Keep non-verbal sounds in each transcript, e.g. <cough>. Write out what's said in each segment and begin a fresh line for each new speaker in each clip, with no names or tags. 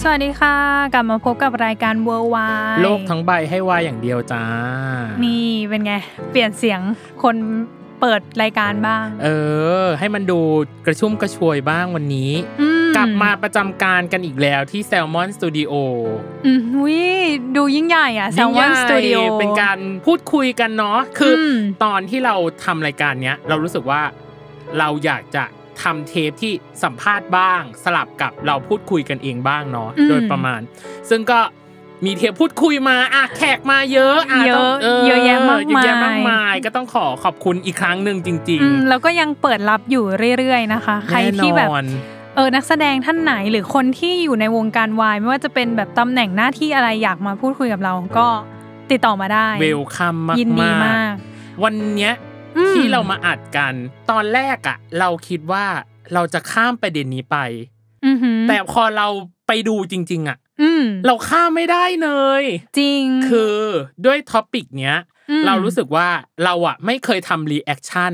สวัสดีค่ะ กลับมาพบกับรายการเวอร์วาย
โลกทั้งใบให้วายอย่างเดียวจ้า นี่
นี่เป็นไง เปลี่ยนเสียงคนเปิดรายการบ้าง
เออ ให้มันดูกระชุ่มกระชวยบ้างวันนี้
อื
กลับมาประจำการกันอีกแล้วที่ Salmon Studio
อืมวิดูยิ่งใหญ่อ่ะแซลมอน
ยิ่งใหญ่
สตูดิโอ
เป็นการพูดคุยกันเนาะคืออ
ม
ตอนที่เราทำรายการเนี้ย เรารู้สึกว่าเราอยากจะทำเทปที่สัมภาษณ์บ้าง สลับกับเราพูดคุยกันเองบ้างเนาะโดยประมาณ ซึ่งก็มีเทปพูดคุยมาอ่ะแขกมาเยอะอ่ะต้ง
เยอะเยอะแยะมาก
เยอะแยะมาก
มาย
มาย ก็ต้องขอขอบคุณอีกครั้งหนึ่งจริง
อืมแล้วก็ยังเปิดรับอยู่เรื่อยๆนะคะ
ๆ
ใครที่แบบ
น่นอน
เออนักแสดงท่านไหนหรือคนที่อยู่ในวงการวายไม่ว่าจะเป็นแบบตำแหน่งหน้าที่อะไรอยากมาพูดคุยกับเราก็ติดต่อมาได้
เวลคัมมาก
ยินดีมาก
ๆวันเนี้ย
อืม
ที่เรามาอัดกันตอนแรกอะเราคิดว่าเราจะข้ามประเด็นนี้ไป
อือหือ
แต่พอเราไปดูจริง ๆอะ
อืม
เราข้ามไม่ได้เลย
จริง
คือด้วยท็อปิกเนี้ย
ม
เรารู้สึกว่าเราอะไม่เคยทำรีแอคชั่น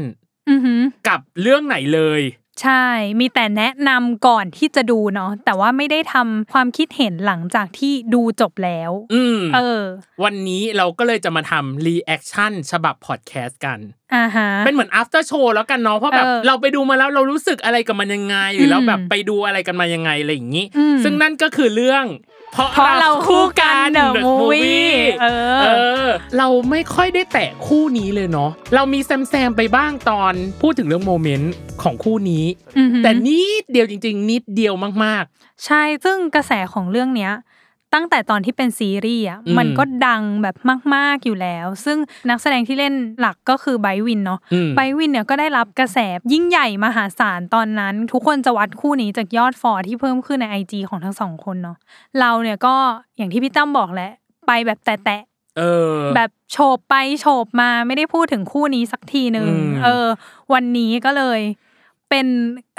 อือหือ
กับเรื่องไหนเลย
ใช่ มีแต่แนะนำก่อนที่จะดูเนาะแต่ว่าไม่ได้ทำความคิดเห็นหลังจากที่ดูจบแล้ว
อืม
เออ
วันนี้เราก็เลยจะมาทำรีแอคชั่นฉบับพอดแคสต์กัน
อ่าฮะ
เป็นเหมือน after show แล้วกันเนาะเพราะแบบ
เออ
เราไปดูมาแล้วเรารู้สึกอะไรกับมันยังไง หรือ
ม
เราแบบไปดูอะไรกันมายังไงอะไรอย่างนี้
อืม
ซึ่งนั่นก็คือเรื่อง เพราะ
เพราะเราคู่กันเดอะ
The
มูวี่
Movie
เออ
เออ เราไม่ค่อยได้แตะคู่นี้เลยเนาะเรามีแซมแซมๆไปบ้างตอนพูดถึงเรื่องโมเมนต์ของคู่นี้
อือหือ
แต่นิดเดียวจริง ๆ นิดเดียวมาก
ใช่ ซึ่งกระแสของเรื่องเนี้ย ตั้งแต่ตอนที่เป็นซีรีส์อ่ะ
อืม
มันก็ดังแบบมาก ๆ อยู่แล้ว ซึ่งนักแสดงที่เล่นหลักก็คือไบร์ทวินเนาะ
ๆอืม
ไบร์ทวินเนี่ยก็ได้รับกระแสยิ่งใหญ่มหาศาลตอนนั้น ทุกคนจะวัดคู่นี้จากยอดฟอลที่เพิ่มขึ้นใน IG ของทั้งสองคนเนาะ เราเนี่ยก็อย่างที่พี่ตั้มบอกแหละ ไปแบบแตะๆ
เออ
แบบโฉบไปโฉบมาไม่ได้พูดถึงคู่นี้สักทีหนึ่ง
อืม
เออ วันนี้ก็เลยเป็น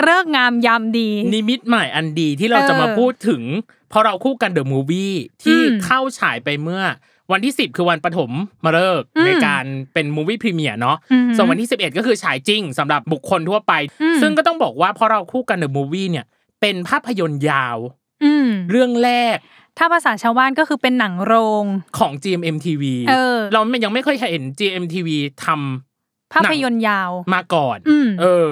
เลิกษ์งามยามดี
นิมิตหมายอันดีที่เราจะมา
เออ
พูดถึง เพราะเราคู่กันเดอะมูวี่ที่
อืม
เข้าฉายไปเมื่อวันที่ 10 คือวันปฐมมาเลิกษ์
อืม
ในการเป็นมูวี่พรีเมียร์เนาะ
อือหือ
ส่วนวันที่ 11 ก็คือฉายจริงสำหรับบุคคลทั่วไป
อืม
ซึ่งก็ต้องบอกว่าเพราะเราคู่กันเดอะมูวี่เนี่ย เป็นภาพยนตร์ยาว
อืม
เรื่องแรก
ถ้าภาษาชาวบ้านก็คือเป็นหนังโรง
ของ GMMTV
เออ
เรายังไม่เคยเห็น GMTV ทำ
ภาพยนตร์ยาว
มาก่อน
อืม
เออ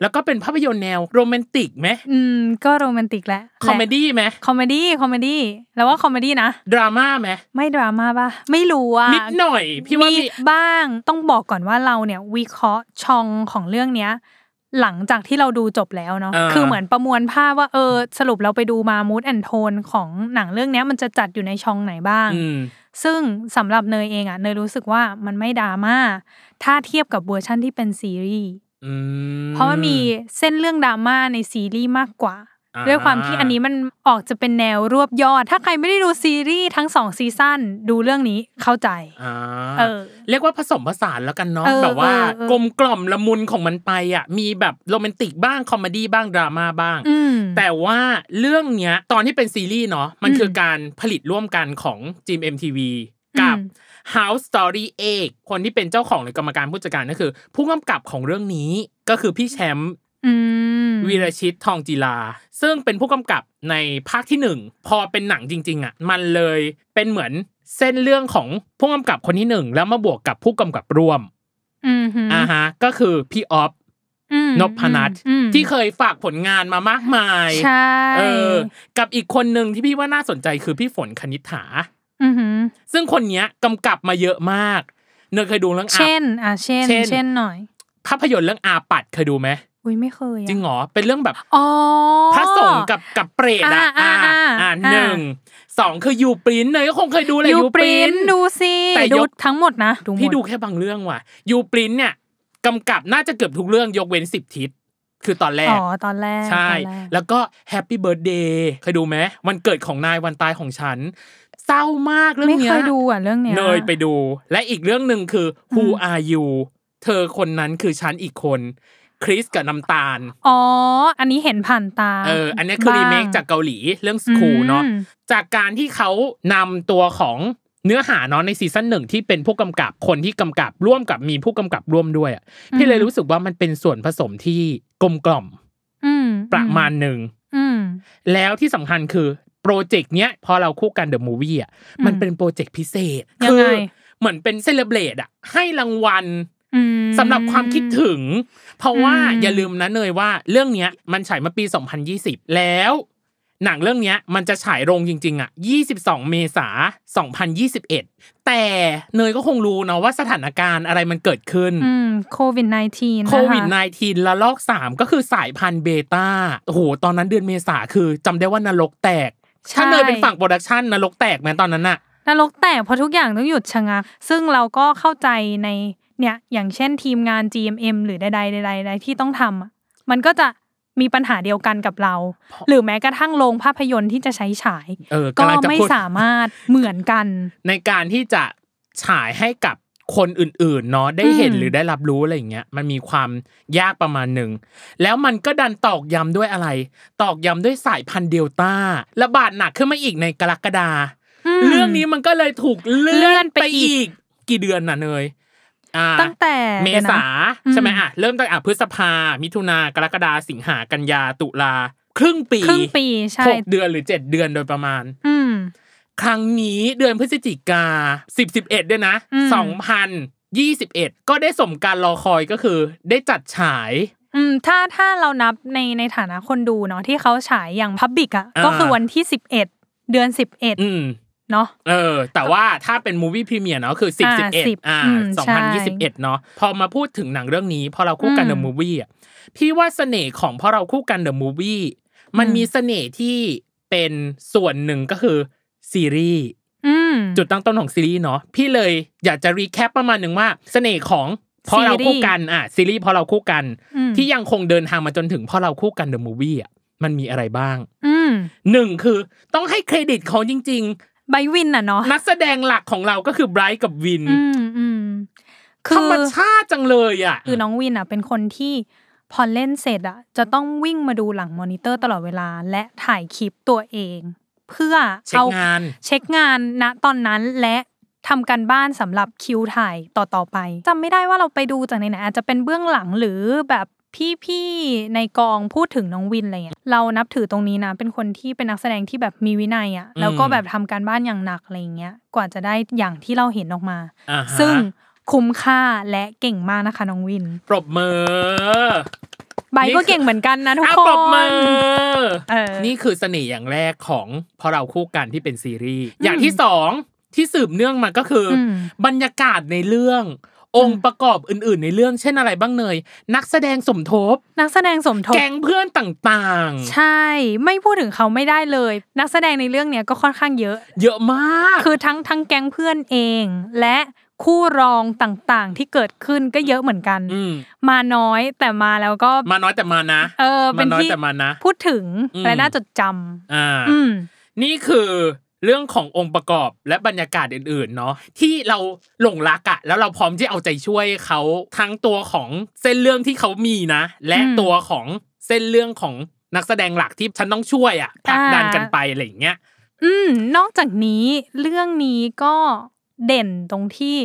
แล้วก็เป็นภาพยนตร์แนวโรแมนติกไหม
อืม ก็โรแมนติกแหละ
คอมเมดี้ไหม
คอมเมดี้ คอมเมดี้ แล้วว่าคอมเมดี้นะ
ดราม่าไหม
ไม่ดราม่าป่ะ ไม่รู้อ่ะ
นิดหน่อย พี่ว่ามี
บ้าง ต้องบอกก่อนว่าเราเนี่ย วิเคราะห์ชองของเรื่องเนี้ย หลังจากที่เราดูจบแล้วเนาะ
เออ
คือเหมือนประมวลภาพว่าเออ สรุปเราไปดูมามูดแอนโทนของหนังเรื่องเนี้ยมันจะจัดอยู่ในชองไหนบ้าง
อืม
ซึ่งสำหรับเนยเองอ่ะ เนยรู้สึกว่ามันไม่ดราม่า ถ้าเทียบกับเวอร์ชั่นที่เป็นซีรีส์
อื
เพราะมันมีเส้นเรื่องดราม่าในซีรีส์มากกว่า
อ่
ด้วยความที่อันนี้มันออกจะเป็นแนวรวบยอด ถ้าใครไม่ได้ดูซีรีส์ทั้งสองซีซั่นดูเรื่องนี้เข้าใจ
อ่า
เออ
เรียกว่าผสมผสานแล้วกันเนาะ
เออ
แบบว่า
เออเออ
กลมกล่อมละมุนของมันไปอ่ะมีแบบโรแมนติกบ้างคอมเมดี้บ้างดราม่าบ้าง
อืม
แต่ว่าเรื่องเนี้ยตอนที่เป็นซีรีส์เนาะมัน
อืม
คือการผลิตร่วมกันของ GMMTV กับ
อืม
House Story เอกคนที่เป็นเจ้าของหรือกรรมการผู้จัดการก็คือ ผู้กำกับของเรื่องนี้ก็คือพี่แชมป์
อืม
วีรชิตทองจีลา ซึ่งเป็นผู้กำกับในภาคที่หนึ่งพอเป็นหนังจริง ๆอ่ะมันเลยเป็นเหมือนเส้นเรื่องของผู้กำกับคนที่หนึ่งแล้วมาบวกกับผู้กำกับร่วม
อืมหืม
อ่าฮะก็คือพี่ออฟ
อืม
นพนัท
อืม
ที่เคยฝากผลงานมามากมาย
ใช่
เออกับอีกคนหนึ่งที่พี่ว่าน่าสนใจคือพี่ฝนคณิษฐา
อือหือ
ซึ่งคนเนี้ยกำกับมาเยอะมาก เนยเคยดูเรื่องอา
เช่น อ่ะเช่น
เช่น
เช่นหน่อย
ภาพยนตร์เรื่องอาปัดเคยดูไหม
อุ้ยไม่เคยอะ
จริงเหรอเป็นเรื่องแบบ
อ๋อ
พระสงฆ์กับกับเปรตอ่ะ
อ่า
อ่า
อ่า
อ่า
อ่า
หนึ่งสองคือยูปรินเนยก็คงเคยดูแหละ
ยู
ยู
ป
ป
ริ
ริ
น
น
ดูสิ
แต่ยก
ดูทั้งหมดนะหม
พี่ดูแค่บางเรื่องว่ะยูปรินเนี่ยกำกับน่าจะเกือบทุกเรื่องยกเว้นสิบทิศคือตอนแร
อ๋
ก
อตอนแรก
ใช่
ตอนรก
แล้วก็แฮปปี้เบิร์ดเดย์เคยดูไหมวันเกิดของนายวันตายของฉัน เศร้ามากเรื่อง
ไม่
เนี้
เคยดูอ่ะเรื่องเนี้ย
เนยไปดู และอีกเรื่องหนึ่งคือ Who
อืม
are you เธอคนนั้นคือฉันอีกคนคริสกับน้ำตาล
อ๋อ อันนี้เห็นผ่านตา
เออ อันเนี้ยคือรีเมคจากเกาหลีเรื่องสคูลเนาะ
อืม
จากการที่เขานำตัวของเนื้อหาเนาะในซีซั่นหนึ่งที่เป็นผู้กำกับคนที่กำกับร่วมกับมีผู้กำกับร่วมด้วยอะพี่เลยรู้สึกว่ามันเป็นส่วนผสมที่กลมกล่อม
อืม
ประมาณหนึ่ง
อืม
แล้วที่สำคัญคือโปรเจกต์เนี้ยพอเราคู่กันเดอะมูวี่อ่ะมันเป็นโปรเจกต์พิเศษ
ยังไง
คืเหมือนเป็นเซเลบเ a ตอ่ะให้รางวัล
อืม
สำหรับความคิดถึง เพราะว่า
อืม
อย่าลืมนะเนยว่าเรื่องเนี้ยมันฉายมาปี 2020 แล้ว หนังเรื่องเนี้ยมันจะฉายโรงจริง ๆ อ่ะ 22 เมษา2021 แต่เนยก็คงรู้เนาะว่าสถานการณ์อะไรมันเกิดขึ้น
อืมโควิด -19
โควิด -19 ละลอก 3 ก็คือสายพันธุ์เบต้าโอ้โห ตอนนั้นเดือนเมษาคือจำได้ว่านรกแตก
ใช่
ถ้าเนยเป็นฝั่งโปรดักชันนรกแตกไหมตอนนั้นอะ
นรกแตกเพราะทุกอย่างต้องหยุดชะงัก ซึ่งเราก็เข้าใจในเนี่ยอย่างเช่นทีมงาน GMM หรือใดๆใดๆใดที่ต้องทำอะมันก็จะมีปัญหาเดียวกันกับเรา หรือแม้กระทั่งโรงภาพยนตร์ที่จะใช้ฉาย
เออ
ก็
กำลังจะ
ไม่
พูด
สามารถ <laughs> เหมือนกัน
ในการที่จะฉายให้กับคนอื่นๆเนาะได้เห็น
อืม
หรือได้รับรู้อะไรอย่างเงี้ยมันมีความยากประมาณหนึ่ง แล้วมันก็ดันตอกย้ำด้วยอะไร ตอกย้ำด้วยสายพันธุ์เดลต้าระบาดหนักขึ้นมาอีกในกรกฎา
ม
เรื่องนี้มันก็เลยถูกเลื่
เลื่
อ
อน น
ไป
ไปอีก
อีก กี่เดือนน่ะเนยอ่า
ตั้งแต่
เม
ดี๋ยวนะ
ษา
อืม
ใช่ไหมอ่ะเริ่มตั้งแต่อ่ะพฤษภา มิถุนากรกฎาสิงหากันยาตุลา ครึ่งปี
ครึ่งปีใช่
หกเดือนหรือเจ็ดเดือนโดยประมาณ
อืม
ครั้งนี้เดือนพฤศจิกาสิบสิบเอ็ดด้วยนะ
อืม
สองพันยี่สิบเอ็ดก็ได้สมการรอคอยก็คือ ได้จัดฉาย
อืมถ้าถ้าเรานับในในฐานะคนดูเนาะที่เขาฉายอย่างพับบิกอ่ะ
า
ก็คือวันที่ 11 เดือน
อืม
11เนาะ
เออ แต่ว่าถ้าเป็นมูวี่พรีเมียร์เนาะคือสิบ
อ่า
สิบเอ็ด
10
อ่า
อืม
สอง
ใช่
พันยี่สิบเอ็ดเนาะพอมาพูดถึงหนังเรื่องนี้พอเราคู่กัน
อืม
เดอะมูวี่อ่ะพี่ว่าเสน่ห์ของพอเราคู่กันเดอะมูวี่มัน
อืม
มีเสน่ห์ที่เป็นส่วนหนึ่งก็คือซีรีส์
อืม
จุดตั้งต้นของซีรีส์เนาะพี่เลยอยากจะรีแคปประมาณหนึ่งว่า เสน่ห์ของพอเราคู่กันอ่ะซีรีส์พอเราคู่กัน
อืม
ที่ยังคงเดินทางมาจนถึงพอเราคู่กันเดอะมูวี่อ่ะมันมีอะไรบ้าง
อืม
หนึ่งคือต้องให้เครดิตเขาจริง ๆ
ใบวินอ่ะเนาะ
นักแสดงหลักของเราก็คือไบรท์กับวิน
อืมอืม
ธ
คื
รรม
อ
ชาติจังเลยอ่ะ
คือน้องวินอ่ะเป็นคนที่พอเล่นเสร็จอ่ะ จะต้องวิ่งมาดูหลังมอนิเตอร์ตลอดเวลาและถ่ายคลิปตัวเอง เพื่อ
เช็ค
เอา
งาน
เช็คงานณตอนนั้นและทำการบ้านสำหรับคิวถ่ายต่อ ๆ ไปจำไม่ได้ว่าเราไปดูจากไหนนะอาจจะเป็นเบื้องหลังหรือแบบพี่ๆในกองพูดถึงน้องวินอะไรเงี้ยเรานับถือตรงนี้นะเป็นคนที่เป็นนักแสดงที่แบบมีวินัยอะ่ะ
อืม
แล้วก็แบบทำการบ้านอย่างหนักอะไรเงี้ยกว่าจะได้อย่างที่เราเห็นออกมา
อ่าฮะ
ซึ่งคุ้มค่าและเก่งมากนะคะน้องวิน
ปรบมือ
ใบก็เก่งเหมือนกันนะทุก
อ่ะ
ค
ปรบมื
น
อ
เออ
นี่คือเสน่ห์อย่างแรกของพอเราคู่กันที่เป็นซีรีส์ อย่างที่สองที่สืบเนื่องมาก็คืออ
ม
บรรยากาศในเรื่อง องค์ประกอบอื่น ๆ ในเรื่องเช่นอะไรบ้างเนย นักแสดงสมทบ
นักแสดงสมทบ
แก๊งเพื่อนต่าง
ใช่ไม่พูดถึงเขาไม่ได้เลย นักแสดงในเรื่องเนี้ยก็ค่อนข้างเยอะ
ๆ เยอะมาก
คือทั้งทั้งแก๊งเพื่อนเอง และคู่รองต่างๆ ที่เกิดขึ้นก็เยอะเหมือนกัน
อืม
มาน้อยแต่มาแล้วก็
มาน้อยแต่มานะ
เออเป็
มานน้อย
ที่
แต่มานะ
พูดถึง
อืม
และน่าจดจ
อ่า
ำอืม
นี่คือเรื่องขององค์ประกอบและบรรยากาศอื่นๆเนาะที่เราหลงรักอะแล้วเราพร้อมที่เอาใจช่วยเขาทั้งตัวของเส้นเรื่องที่เขามีนะ และ
อืม
ตัวของเส้นเรื่องของนักแสดงหลักที่ฉันต้องช่วยอะผลักดัน
อ่า
กันไปอะไรอย่างเงี้ย
อืมนอกจากนี้เรื่องนี้ก็เด่นตรงที่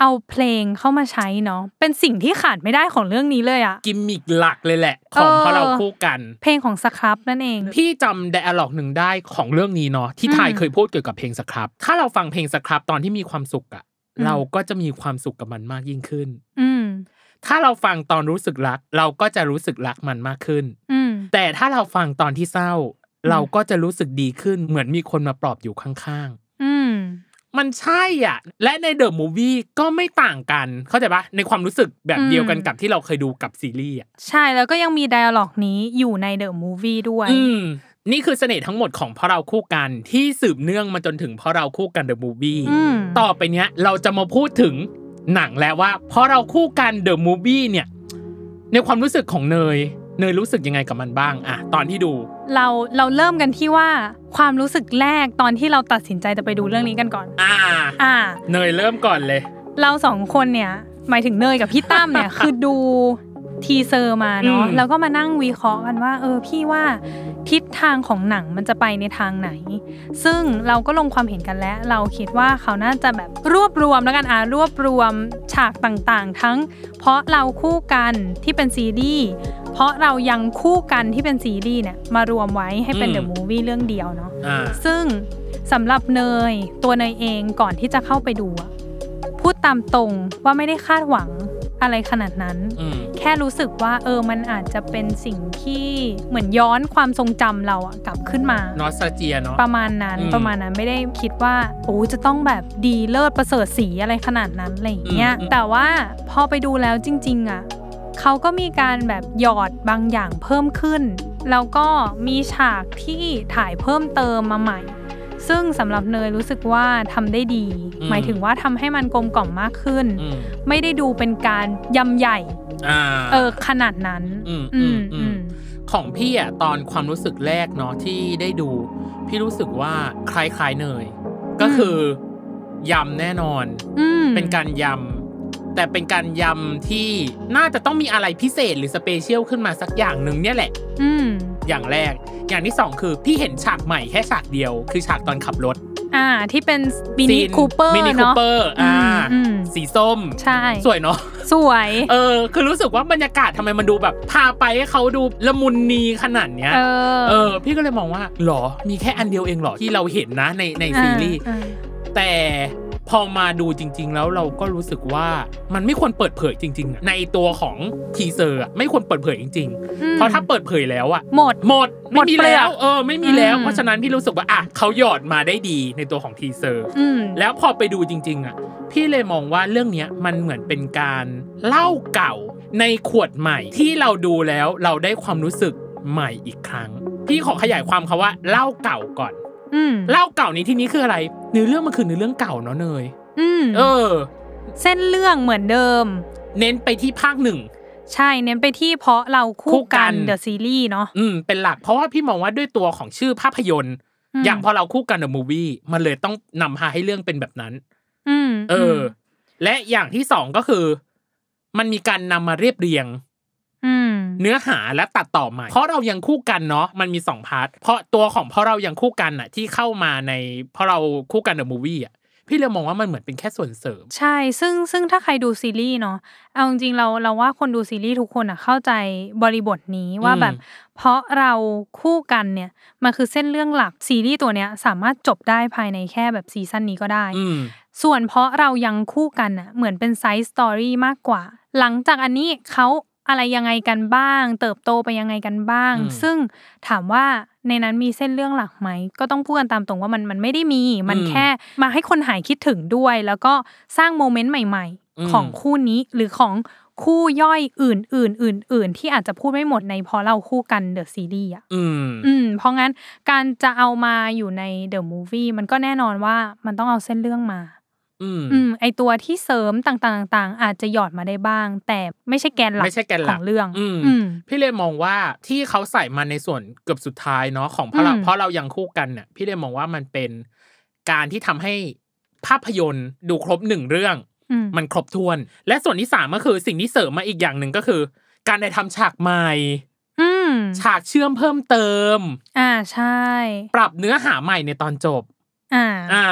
เอาเพลงเข้ามาใช้เนาะเป็นสิ่งที่ขาดไม่ได้ของเรื่องนี้เลยอะ
กิมมิกหลักเลยแหละ ของ
เออ
พอเราคู่กัน
เพลงของสครับนั่นเอง
พี่จำไดอะล็อกหนึ่งได้ของเรื่องนี้เนาะที่ทาย
อืม
เคยพูดเกี่ยวกับเพลงสครับ ถ้าเราฟังเพลงสครับตอนที่มีความสุขอะ
อืม
เราก็จะมีความสุขกับมันมากยิ่งขึ้น
อืม
ถ้าเราฟังตอนรู้สึกรัก เราก็จะรู้สึกรักมันมากขึ้น
อืม
แต่ถ้าเราฟังตอนที่เศร้า เราก็จะรู้สึกดีขึ้น เหมือนมีคนมาปลอบอยู่ข้าง
อืม
ๆ มันใช่อ่ะ และในเดอะมูวี่ก็ไม่ต่างกัน เข้าใจปะในความรู้สึกแบบเดียวกันกับที่เราเคยดูกับซีรีส์อ่ะ
ใช่แล้วก็ยังมีไดอะล็อกนี้อยู่ในเดอะมูฟวี่ด้วย
อืม นี่คือเสน่ห์ทั้งหมดของพอเราคู่กันที่สืบเนื่องมาจนถึงพอเราคู่กันเดอะมูวี่
อืม
ต่อไปเนี้ยเราจะมาพูดถึงหนังแล้วว่าพอเราคู่กันเดอะมูวี่เนี่ย ในความรู้สึกของเนย เนยรู้สึกยังไงกับมันบ้างอะตอนที่ดู
เราเราเริ่มกันที่ว่าความรู้สึกแรกตอนที่เราตัดสินใจจะไปดูเรื่องนี้กันก่อน
อ่า
อ่า
เนยเริ่มก่อนเลย
เราสองคนเนี่ย หมายถึงเนยกับพี่ตั้ม
<laughs>
เนี่ย คือดูทีเซอร์มาเนาะ
อืม
แล้วก็มานั่งวิเคราะห์กันว่า เออพี่ว่าทิศทางของหนังมันจะไปในทางไหน ซึ่งเราก็ลงความเห็นกันแล้ว เราคิดว่าเขาน่าจะแบบรวบรวมแล้วกันอ่ะรวบรวมฉากต่างๆ ทั้ง เพราะเราคู่กันที่เป็นซีรีส์เพราะเรายังคู่กันที่เป็นซีรีส์เนี่ยมารวมไว้ให้เป็น
อืม
เดอะมูฟวี่เรื่องเดียวเนาะ
อ่า
ซึ่งสำหรับเนยตัวเนยเองก่อนที่จะเข้าไปดูอะพูดตามตรงว่าไม่ได้คาดหวังอะไรขนาดนั้น
อืม
แค่รู้สึกว่าเออมันอาจจะเป็นสิ่งที่เหมือนย้อนความทรงจำเราอะกลับขึ้นมาน
อสตาเจียเนาะ
ประมาณนั้น
อืม
ประมาณนั้นไม่ได้คิดว่าโอ้จะต้องแบบดีเลิศประเสริฐสีอะไรขนาดนั้นอะไรอย่างเงี้ยแต่ว่าพอไปดูแล้วจริง ๆอะเขาก็มีการแบบหยอดบางอย่างเพิ่มขึ้น แล้วก็มีฉากที่ถ่ายเพิ่มเติมมาใหม่ ซึ่งสำหรับเนยรู้สึกว่าทำได้ดี
อืม
หมายถึงว่าทำให้มันกลมกล่อมมากขึ้น
อืม
ไม่ได้ดูเป็นการยำใหญ่
อ่า
เออขนาดนั้น
อืม
อืม
อืม
อืม
ของพี่อ่ะตอนความรู้สึกแรกเนาะที่ได้ดู พี่รู้สึกว่าคล้ายๆเนย ก็คือยำแน่นอน
อืม
เป็นการยำ แต่เป็นการยำที่น่าจะต้องมีอะไรพิเศษหรือสเปเชียลขึ้นมาสักอย่างหนึ่งเนี่ยแหละ
อืม
อย่างแรก อย่างที่สองคือพี่เห็นฉากใหม่แค่ฉากเดียว คือฉากตอนขับรถ
อ่าที่เป็นมินิ
ซี
คูเปอร์
มินิคู
เนาะ
เปอร์อ่า
อืมอืม
สีส้ม
ใช่
สวยเนาะ
สวย
เออ คือรู้สึกว่าบรรยากาศทำไมมันดูแบบ พาไปให้เขาดูละมุนนีขนาดเนี้ย
เออ
เออ พี่ก็เลยมองว่าหรอ มีแค่อันเดียวเองหรอ ที่เราเห็นนะในในซีรีส์
อ่า
แต่พอมาดูจริง ๆ แล้วเราก็รู้สึกว่ามันไม่ควรเปิดเผยจริง ๆอะในตัวของทีเซอร์อะไม่ควรเปิดเผยจริง
อื
ๆ
ม
เพราะถ้าเปิดเผยแล้วอะ
หมด
หมด
หม
ไม่
ด
มี
เปลือก
แล้วเออ ไม่มีแล้ว
อืม
เพราะฉะนั้นพี่รู้สึกว่าอ่ะเขาหยอดมาได้ดีในตัวของทีเซอร์
อืม
แล้วพอไปดูจริง ๆ อ่ะ พี่เลยมองว่าเรื่องเนี้ยมันเหมือนเป็นการเล่าเก่าในขวดใหม่ ที่เราดูแล้วเราได้ความรู้สึกใหม่อีกครั้ง พี่ขอขยายความคาว่าเล่าเก่าก่อน
อืม
เล่าเก่าในที่นี้คืออะไรเนื้อเรื่องมันคือเนื้อเรื่องเก่าเนาะเนย
อืม
เออ
เส้นเรื่องเหมือนเดิม
เน้นไปที่ภาคหนึ่ง
ใช่เน้นไปที่เพราะเรา
คู่
คู่
กั
กัน
น
เดอะซีรีส์เนาะ
อืมเป็นหลักเพราะว่าพี่มองว่าด้วยตัวของชื่อภาพยนตร์
ม
อย่างพอเราคู่กันเดอะมูวี่มันเลยต้องนำพาให้เรื่องเป็นแบบนั้น
อืม
เอออและอย่างที่สองก็คือ มันมีการนำมาเรียบเรียง
อืม
เนื้อหาและตัดต่อใหม่ เพราะเรายังคู่กันเนาะ มันมีสองพาร์ท เพราะตัวของเพราะเรายังคู่กันน่ะที่เข้ามาในเพราะเราคู่กันเดอะมูวี่อ่ะ พี่เลยมองว่ามันเหมือนเป็นแค่ส่วนเสริม
ใช่ซึ่งซึ่งถ้าใครดูซีรีส์เนาะเอาจริงๆเราเราว่าคนดูซีรีส์ทุกคนอ่ะเข้าใจบริบทนี้ว่า
อืม
แบบ เพราะเราคู่กันเนี่ยมันคือเส้นเรื่องหลักซีรีส์ตัวเนี้ยสามารถจบได้ภายในแค่แบบซีซั่นนี้ก็ได้
อืม
ส่วนเพราะเรายังคู่กันน่ะเหมือนเป็นไซส์สตอรี่มากกว่า หลังจากอันนี้เขาอะไรยังไงกันบ้าง เติบโตไปยังไงกันบ้าง
อืม
ซึ่งถามว่าในนั้นมีเส้นเรื่องหลักไหม ก็ต้องพูดกันตามตรงว่ามันมันไม่ได้มี มัน
อืม
แค่มาให้คนหายคิดถึงด้วย แล้วก็สร้างโมเมนต์ใหม่
อืม
ๆ ของคู่นี้หรือของคู่ย่อยอื่นๆอื่น ๆ ที่อาจจะพูดไม่หมดในเพราะเราคู่กันเดอะซีรีส์อะ
อืม
อืมเพราะงั้นการจะเอามาอยู่ในเดอะมูฟวี่มันก็แน่นอนว่ามันต้องเอาเส้นเรื่องมา
อืม
อืมไอตัวที่เสริมต่างๆต่างๆ อาจจะหยอดมาได้บ้าง แต่ไม่ใช่แกนหลัก
ไม่ใช่แกนหลั
ข
ก
องเรื่อง
อืม
ม
พี่เลยมองว่าที่เขาใส่มาในส่วนเกือบสุดท้ายเนาะของเพราะเรา
อืม
เพราะเรายังคู่กันเนี่ยพี่เลยมองว่ามันเป็นการที่ทำให้ภาพยนตร์ดูครบหนึ่งเรื่อง
อืม
มันครบถ้วน และส่วนที่สามก็คือสิ่งที่เสริมมาอีกอย่างหนึ่งก็คือ การได้ทำฉากใหม่
อืม
ฉากเชื่อมเพิ่มเติม
อ่าใช่
ปรับเนื้อหาใหม่ในตอนจบ
อ่า
อ่า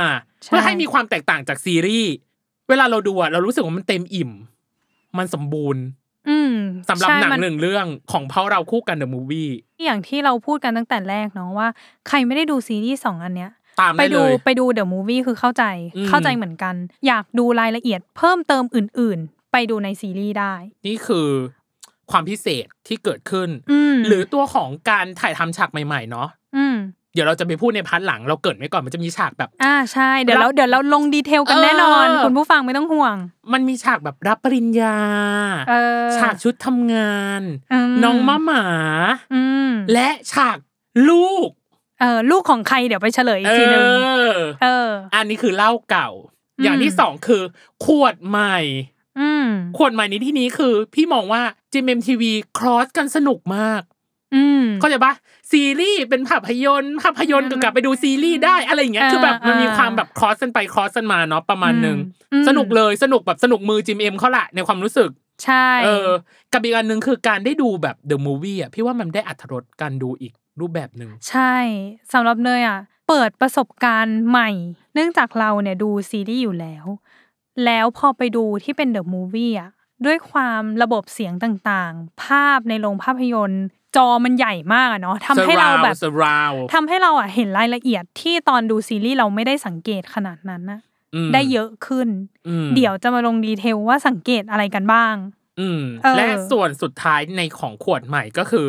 ใช่
เพื่อให้มีความแตกต่างจากซีรีส์ เวลาเราดูอะเรารู้สึกว่ามันเต็มอิ่ม มันสมบูรณ์
อืม
สำหรับ
ใช่
หนัง
มั
หนึ่งเรื่องของเพราะเราคู่กันเดอะมูฟวี่
อย่างที่เราพูดกันตั้งแต่แรกเนาะว่า ใครไม่ได้ดูซีรีส์สองอันเนี้ย
ตาม
ไป
ได้เล
ดู
ย
ไปดูเดอะมูฟวี่คือเข้าใจ
อืม
เข้าใจเหมือนกัน อยากดูรายละเอียดเพิ่มเติมอื่นๆ ไปดูในซีรีส์ได้
นี่คือความพิเศษที่เกิดขึ้น
อืม
หรือตัวของการถ่ายทำฉากใหม่ๆเนาะ
อืม
เดี๋ยวเราจะไปพูดในพาร์ทหลัง เราเกริดไว้ก่อนมันจะมีฉากแบบ
อ่าใช่ เดี๋ยวเรา
รับ
เดี๋ยวเราลงดีเทลกัน
เออ
แน่นอน คุณผู้ฟังไม่ต้องห่วง
มันมีฉากแบบรับปริญญา
เออ
ฉากชุดทำงาน
ม
น้องมะหมา
อืม
และฉากลูก
เออลูกของใครเดี๋ยวไปเฉลยอี
เอก
ทีนึง
อ
เออ
อันนี้คือเหล้าเก่า
อืม
อย่างที่สองคือ ขวดใหม่
อืม
ขวดใหม่ในที่นี้คือ พี่มองว่า GMMTV ครอสกันสนุกมาก
อืม
เข้าใจปะซีรีส์เป็นภาพยนตร์ภาพยนตร์ก็กลับไปดูซีรีส์ได้อะไรอย่างเงี้ย
เออ
คือแบบมันมี
เออ
ความแบบครอสกันไปครอสกันมาเนาะประมาณหนึ่ง
อืม
สนุกเลยสนุกแบบสนุกมือจิมเอ็มเขาละในความรู้สึก
ใช่
เออ กับอีกอันหนึ่งคือการได้ดูแบบเดอะมูวี่อ่ะพี่ว่ามันได้อัธรสการดูอีกรูปแบบหนึ่ง
ใช่สำหรับเนยอ่ะ เปิดประสบการณ์ใหม่ เนื่องจากเราเนี่ยดูซีรีส์อยู่แล้ว แล้วพอไปดูที่เป็นเดอะมูฟวี่อ่ะ ด้วยความระบบเสียงต่างๆ ภาพในโรงภาพยนตร์ จอมันใหญ่มากอะเนาะทำให้เราแบบ
Surround surround
ทำให้เราอ่ะเห็นรายละเอียดที่ตอนดูซีรีส์เราไม่ได้สังเกตขนาดนั้นนะ
ม
ได้เยอะขึ้น
อืม
เดี๋ยวจะมาลงดีเทลว่าสังเกตอะไรกันบ้าง
อืม
เออ
และส่วนสุดท้ายในของขวดใหม่ก็คือ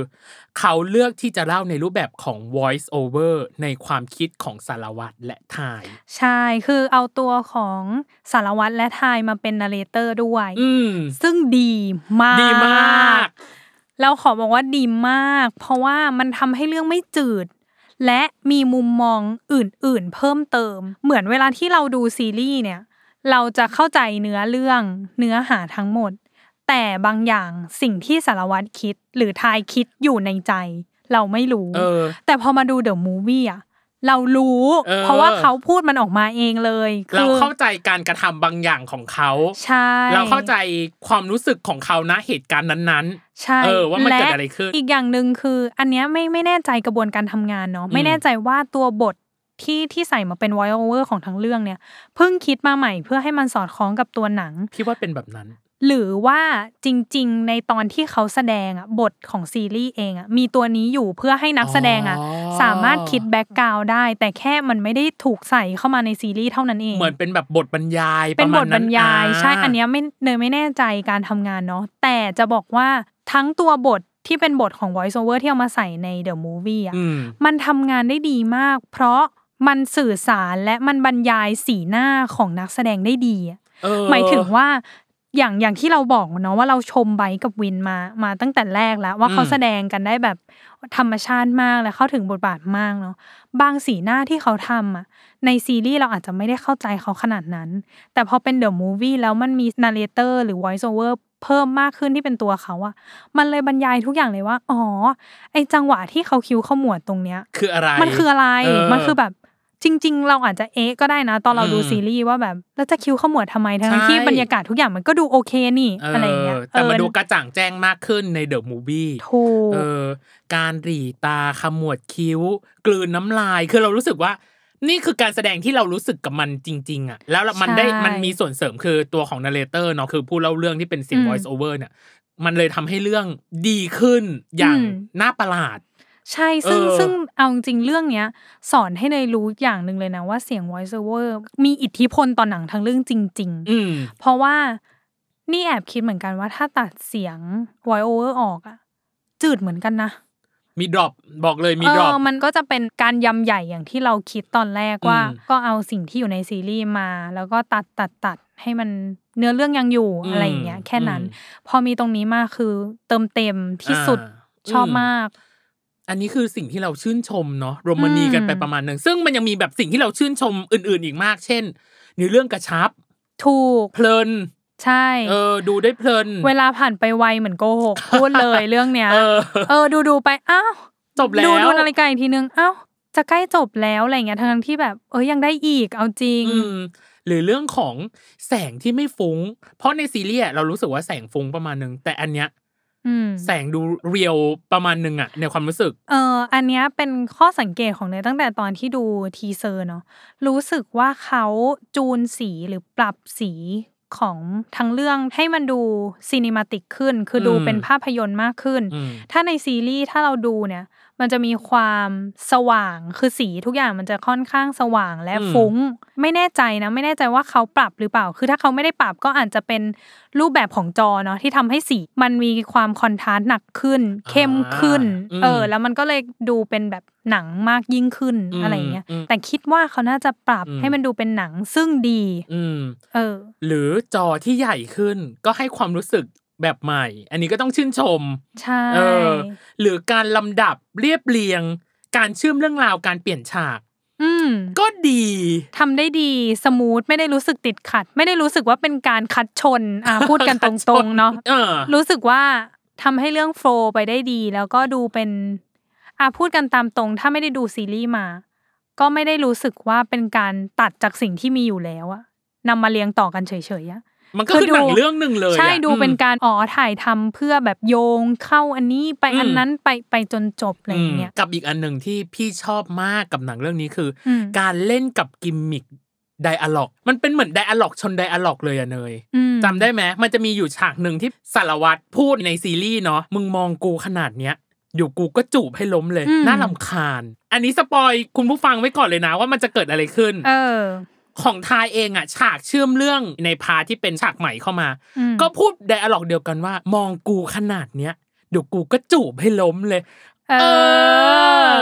เขาเลือกที่จะเล่าในรูปแบบของ voice over ในความคิดของสารวัตรและทาย
ใช่ คือเอาตัวของสารวัตรและทายมาเป็นนาเรเตอร์ด้วย
อืม
ซึ่งดีมาก
ดีมาก
เราขอบอกว่าดีมาก เพราะว่ามันทำให้เรื่องไม่จืด และมีมุมมองอื่นๆ เพิ่มเติม เหมือนเวลาที่เราดูซีรีส์เนี่ย เราจะเข้าใจเนื้อเรื่องเนื้อหาทั้งหมด แต่บางอย่างสิ่งที่สารวัตรคิด หรือทายคิดอยู่ในใจ เราไม่รู้
เออ
แต่พอมาดูเดอะมูวี่อะเรารู้
เออ
เพราะว่าเขาพูดมันออกมาเองเลย
เรา
คือ
เข้าใจการกระทำบางอย่างของเขา
ใช่
เราเข้าใจความรู้สึกของเขานะเหตุการณ์นั้น
ใช่
ๆ เออ ว่ามันเกิด
และ
อะไรขึ้น
อีกอย่างหนึ่งคืออันเนี้ยไม่ไม่แน่ใจกระบวนการทำงานเนาะไม่แน่ใจว่าตัวบทที่ที่ใส่มาเป็น voice over ของทั้งเรื่องเนี่ยเพิ่งคิดมาใหม่เพื่อให้มันสอดคล้องกับตัวหนัง
พี่ว่าเป็นแบบนั้น
หรือว่าจริง ๆ ในตอนที่เขาแสดงอะบทของซีรีส์เองอะมีตัวนี้อยู่เพื่อให้นักแสดงอะ
อ๋อ
สามารถคิดแบ็กกราวได้ แต่แค่มันไม่ได้ถูกใส่เข้ามาในซีรีส์เท่านั้นเอง
เหมือนเป็นแบบบทบรรยาย
เป็นบ
ระ
ท
มณ
บรรยายใช่
า
อันเนี้ยไม่เนยไม่แน่ใจการทำงานเนาะแต่จะบอกว่าทั้งตัวบทที่เป็นบทของ voice over ที่เอามาใส่ใน The Movie อ่ะ
อืม
มันทำงานได้ดีมาก เพราะมันสื่อสารและมันบรรยายสีหน้าของนักแสดงได้ดีอะ
เออ
หมายถึงว่าอย่างอย่างที่เราบอกเนาะว่าเราชมไบร์ทกับวินมามาตั้งแต่แรกแล้ว ว่าเขาแสดงกันได้แบบธรรมชาติมากและเข้าถึงบทบาทมากเนาะบางสีหน้าที่เขาทำอะในซีรีส์เราอาจจะไม่ได้เข้าใจเขาขนาดนั้น แต่พอเป็นเดอะมูฟวี่แล้วมันมีนาเรเตอร์หรือ voice over เพิ่มมากขึ้นที่เป็นตัวเขาอะมันเลยบรรยายทุกอย่างเลยว่า อ๋อ ไอจังหวะที่เขาคิ้วขมวดตรงเนี้ย
คืออะไร
มันคืออะไร
เออ
มันคือแบบจริง ๆ เราอาจจะเอ๊ะก็ได้นะ ตอนเราดู
อืม
ซีรีส์ว่าแบบแล้วจะคิ้วขมวดทำไมทั้งๆที่
ใช่
บรรยากาศทุกอย่างมันก็ดูโอเคนี่
เ
อะไรอย่างเงี้ย
แต่มา
เออ
ดูกระจ่างแจ้งมากขึ้นในเดอะมูวี่
ถูก
เออ การหรีตาขมวดคิ้ว กลืนน้ำลาย คือเรารู้สึกว่า นี่คือการแสดงที่เรารู้สึกกับมันจริง ๆ อ่ะ แล้วมันได้
ใช่
มันมีส่วนเสริมคือตัวของนาเรเตอร์เนาะคือผู้เล่าเรื่องที่เป็นเสียง
อืม
voice over เนี่ย มันเลยทำให้เรื่องดีขึ้นอย่าง
อืม
น่าประหลาด
ใช่ ซึ่ง
เออ
ซึ่งเอาจริงๆเรื่องเนี้ย สอนให้เนยรู้อย่างหนึ่งเลยนะว่าเสียง voice over มีอิทธิพลต่อหนังทั้งเรื่องจริง ๆ
อืม
เพราะว่านี่แอบคิดเหมือนกันว่าถ้าตัดเสียง voice over ออกอะจืดเหมือนกันนะ
มีดรอปบอกเลยมี
เอ
ดรอ
อ
ป
มันก็จะเป็นการยำใหญ่อย่างที่เราคิดตอนแรกว่า
อืม
ก็เอาสิ่งที่อยู่ในซีรีส์มา แล้วก็ตัดตัดตัดให้มันเนื้อเรื่องยังอยู่
อืม
อะไรอย่างเงี้ยแค่นั้น
อื
พอมีตรงนี้มาคือเติมเต็มที่สุด
อ่า
ชอบ
อืม
มาก
อันนี้คือสิ่งที่เราชื่นชมเนาะโรมานีกันไปประมาณหนึ่งซึ่งมันยังมีแบบสิ่งที่เราชื่นชมอื่น ๆ อีกมาก เช่นในเรื่องกระชับ
ถูก
เพลิน
ใช่
เออ ดูได้เพลิน
เวลาผ่านไปไวเหมือนโกหกพูดเลยเรื่องเนี้ย
เออ <laughs>
เออดูดูๆไปอ้าว
จบแล้ว
ดูดูนาฬิกาอีกทีนึง เอ้า จะใกล้จบแล้วอะไรเงี้ย ทั้งๆที่แบบ เอ้ยยังได้อีก เอาจริง
อืม หรือเรื่องของแสงที่ไม่ฟุ้ง เพราะในซีรีส์อะเรารู้สึกว่าแสงฟุ้งประมาณหนึ่งแต่อันเนี้ย
อืม
แสงดูเรียวประมาณหนึงอะในความรู้สึก
เอออันเนี้ยเป็นข้อสังเกตของเนยตั้งแต่ตอนที่ดูทีเซอร์เนาะรู้สึกว่าเขาจูนสีหรือปรับสีของทั้งเรื่องให้มันดูซีนิมาติกขึ้น คือดู
อืม
เป็นภาพยนตร์มากขึ้น
อืม
ถ้าในซีรีส์ถ้าเราดูเนี่ย มันจะมีความสว่างคือสีทุกอย่างมันจะค่อนข้างสว่างและ
อืม
ฟุ้ง ไม่แน่ใจนะ ไม่แน่ใจว่าเขาปรับหรือเปล่า คือถ้าเขาไม่ได้ปรับก็อาจจะเป็นรูปแบบของจอเนาะที่ทำให้สีมันมีความคอนทราสต์หนักขึ้น เข้มขึ้น
อ่าอืม
เออ แล้วมันก็เลยดูเป็นแบบหนังมากยิ่งขึ้น
อืม
อะไรอย่างเงี้ย
อืม
แต่คิดว่าเขาน่าจะปรับ
อืม
ให้มันดูเป็นหนังซึ่งดี
อืม
เออ
หรือจอที่ใหญ่ขึ้นก็ให้ความรู้สึกแบบใหม่ อันนี้ก็ต้องชื่นชม
ใช่
เออ หรือการลำดับเรียบเรียง การเชื่อมเรื่องราวการเปลี่ยนฉาก
อืม
ก็ดี
ทำได้ดีสมูทไม่ได้รู้สึกติดขัด ไม่ได้รู้สึกว่าเป็นการคัดชนอ่ะ พูดกันตรงๆเนาะ
เออ
รู้สึกว่าทำให้เรื่องโฟลว์ไปได้ดี แล้วก็ดูเป็นอ่ะพูดกันตามตรง ถ้าไม่ได้ดูซีรีส์มา ก็ไม่ได้รู้สึกว่าเป็นการตัดจากสิ่งที่มีอยู่แล้วอะนำมาเรียงต่อกันเฉยๆอะ
มันก็คือหนังเรื่องหนึ่งเลยอะ
ใช่ดูเป็น
อืม
การอ๋อถ่ายทำเพื่อแบบโยงเข้าอันนี้ไป
อืม
อันนั้นไปไปจนจบอะไรอย่างเงี้ย
อืมกับอีกอันหนึ่งที่พี่ชอบมากกับหนังเรื่องนี้คืออ
ม
การเล่นกับกิมมิคไดอะล็อก มันเป็นเหมือนไดอะล็อกชนไดอะล็อกเลยอะเนย
อืม
จำได้ไหมมันจะมีอยู่ฉากหนึ่งที่สารวัตรพูดในซีรีส์เนาะมึงมองกูขนาดเนี้ยอยู่กูก็จูบให้ล้มเลย น่าลำคาญ อันนี้สปอยคุณผู้ฟังไว้ก่อนเลยนะว่ามันจะเกิดอะไรขึ้น
เออ
ของทายเองอะฉากเชื่อมเรื่องในพาร์ทที่เป็นฉากใหม่เข้ามา
อืม
ก็พูดไดอะล็อกเดียวกันว่า มองกูขนาดเนี้ยเดี๋ยวกูก็จูบให้ล้มเลย
เอ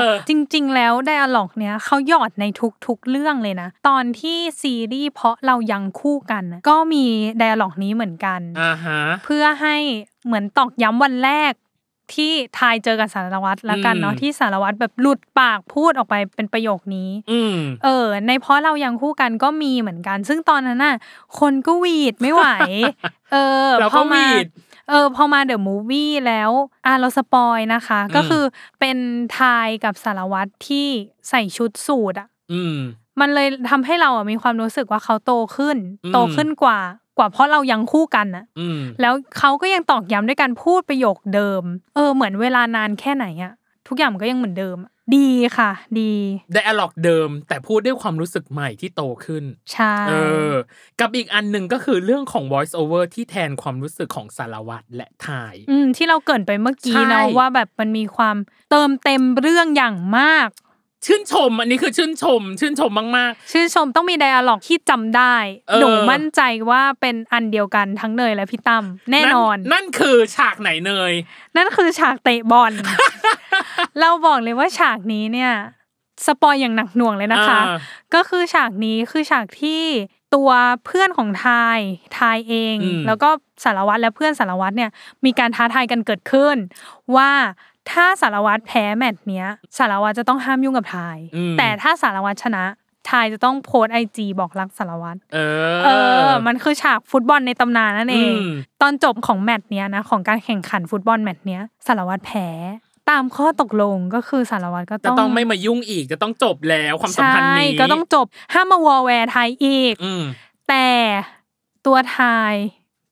อ
อ จริง ๆ แล้วไดอะล็อกเนี้ยเขาหยอดในทุกๆเรื่องเลยนะ ตอนที่ซีรีส์เพราะเรายังคู่กันน่ะก็มีไดอะล็อกนี้เหมือนกัน
อ่าฮะ
เพื่อให้เหมือนตอกย้ำวันแรก ที่ทายเจอกับสารวัตรแล้วกันเนาะ
อืม
ที่สารวัตรแบบหลุดปากพูดออกไปเป็นประโยคนี้
อืม
เออ ในเพราะเรายังคู่กันก็มีเหมือนกัน ซึ่งตอนนั้นน่ะ คนก็หวีดไม่ไหว เออ
เรา
พ
ก็
อ
หวี
มา
ด
เออพอมาเดอะมูวี่แล้วอ่ะเราสปอยนะคะ ก็คือเป็นทายกับสารวัตรที่ใส่ชุดสูทอ่ะ
อืม
มันเลยทำให้เราอ่ะมีความรู้สึกว่าเขาโตขึ้น
อืม
โตขึ้นกว่า กว่าเพราะเรายังคู่กันน่ะ
อืม
แล้วเขาก็ยังตอกย้ำด้วยการพูดประโยคเดิม เออ เหมือนเวลานานแค่ไหนอ่ะ ทุกอย่างมันก็ยังเหมือนเดิมอะดีค่ะ ดี
ไดอะล็อกเดิม แต่พูดด้วยความรู้สึกใหม่ที่โตขึ้น
ใช่
เออ กับอีกอันหนึ่งก็คือเรื่องของ voice over ที่แทนความรู้สึกของสารวัตรและทาย
ืมที่เราเกรินไปเมื่อกี้เนอะ
ใช่
ว่าแบบมันมีความเติมเต็มเรื่องอย่างมาก
ชื่นชม อันนี้คือชื่นชม ชื่นชมมาก
ชื่นชมต้องมีไดอะล็อกที่จำได้
เออ
หนูมั่นใจว่าเป็นอันเดียวกันทั้งเนยและพี่ตั้ม
ๆ
แน่นอน
นั่นคือฉากไหนเนย
นั่นคือฉากเตะ
<laughs>
บอล เราบอกเลยว่าฉากนี้เนี่ยสปอยอย่างหนักหน่วงเลยนะคะ
อ่า
ก็คือฉากนี้คือฉากที่ตัวเพื่อนของทายทายเอง
อืม
แล้วก็สารวัตรและเพื่อนสารวัตรเนี่ยมีการท้าทายกันเกิดขึ้น ว่าถ้าสารวัตรแพ้แมตช์เนี้ยสารวัตรจะต้องห้ามยุ่งกับทาย
อืม
แต่ถ้าสารวัตรชนะทายจะต้องโพสไอจีบอกรักสารวัตร
เออ
เออ มันคือฉากฟุตบอลในตำนานนั่นเอง
อืม
ตอนจบของแมตช์เนี้ยนะ ของการแข่งขันฟุตบอลแมตช์เนี้ยสารวัตรแพ้ ตามข้อตกลงก็คือสารวัตรก็
จะต้องไม่มายุ่งอีก จะต้องจบแล้วความสัมพันธ์
ใช่
นี้
ก็ต้องจบ ห้ามมาวอลแวร์ไทยอีก
อืม
แต่ตัวไทย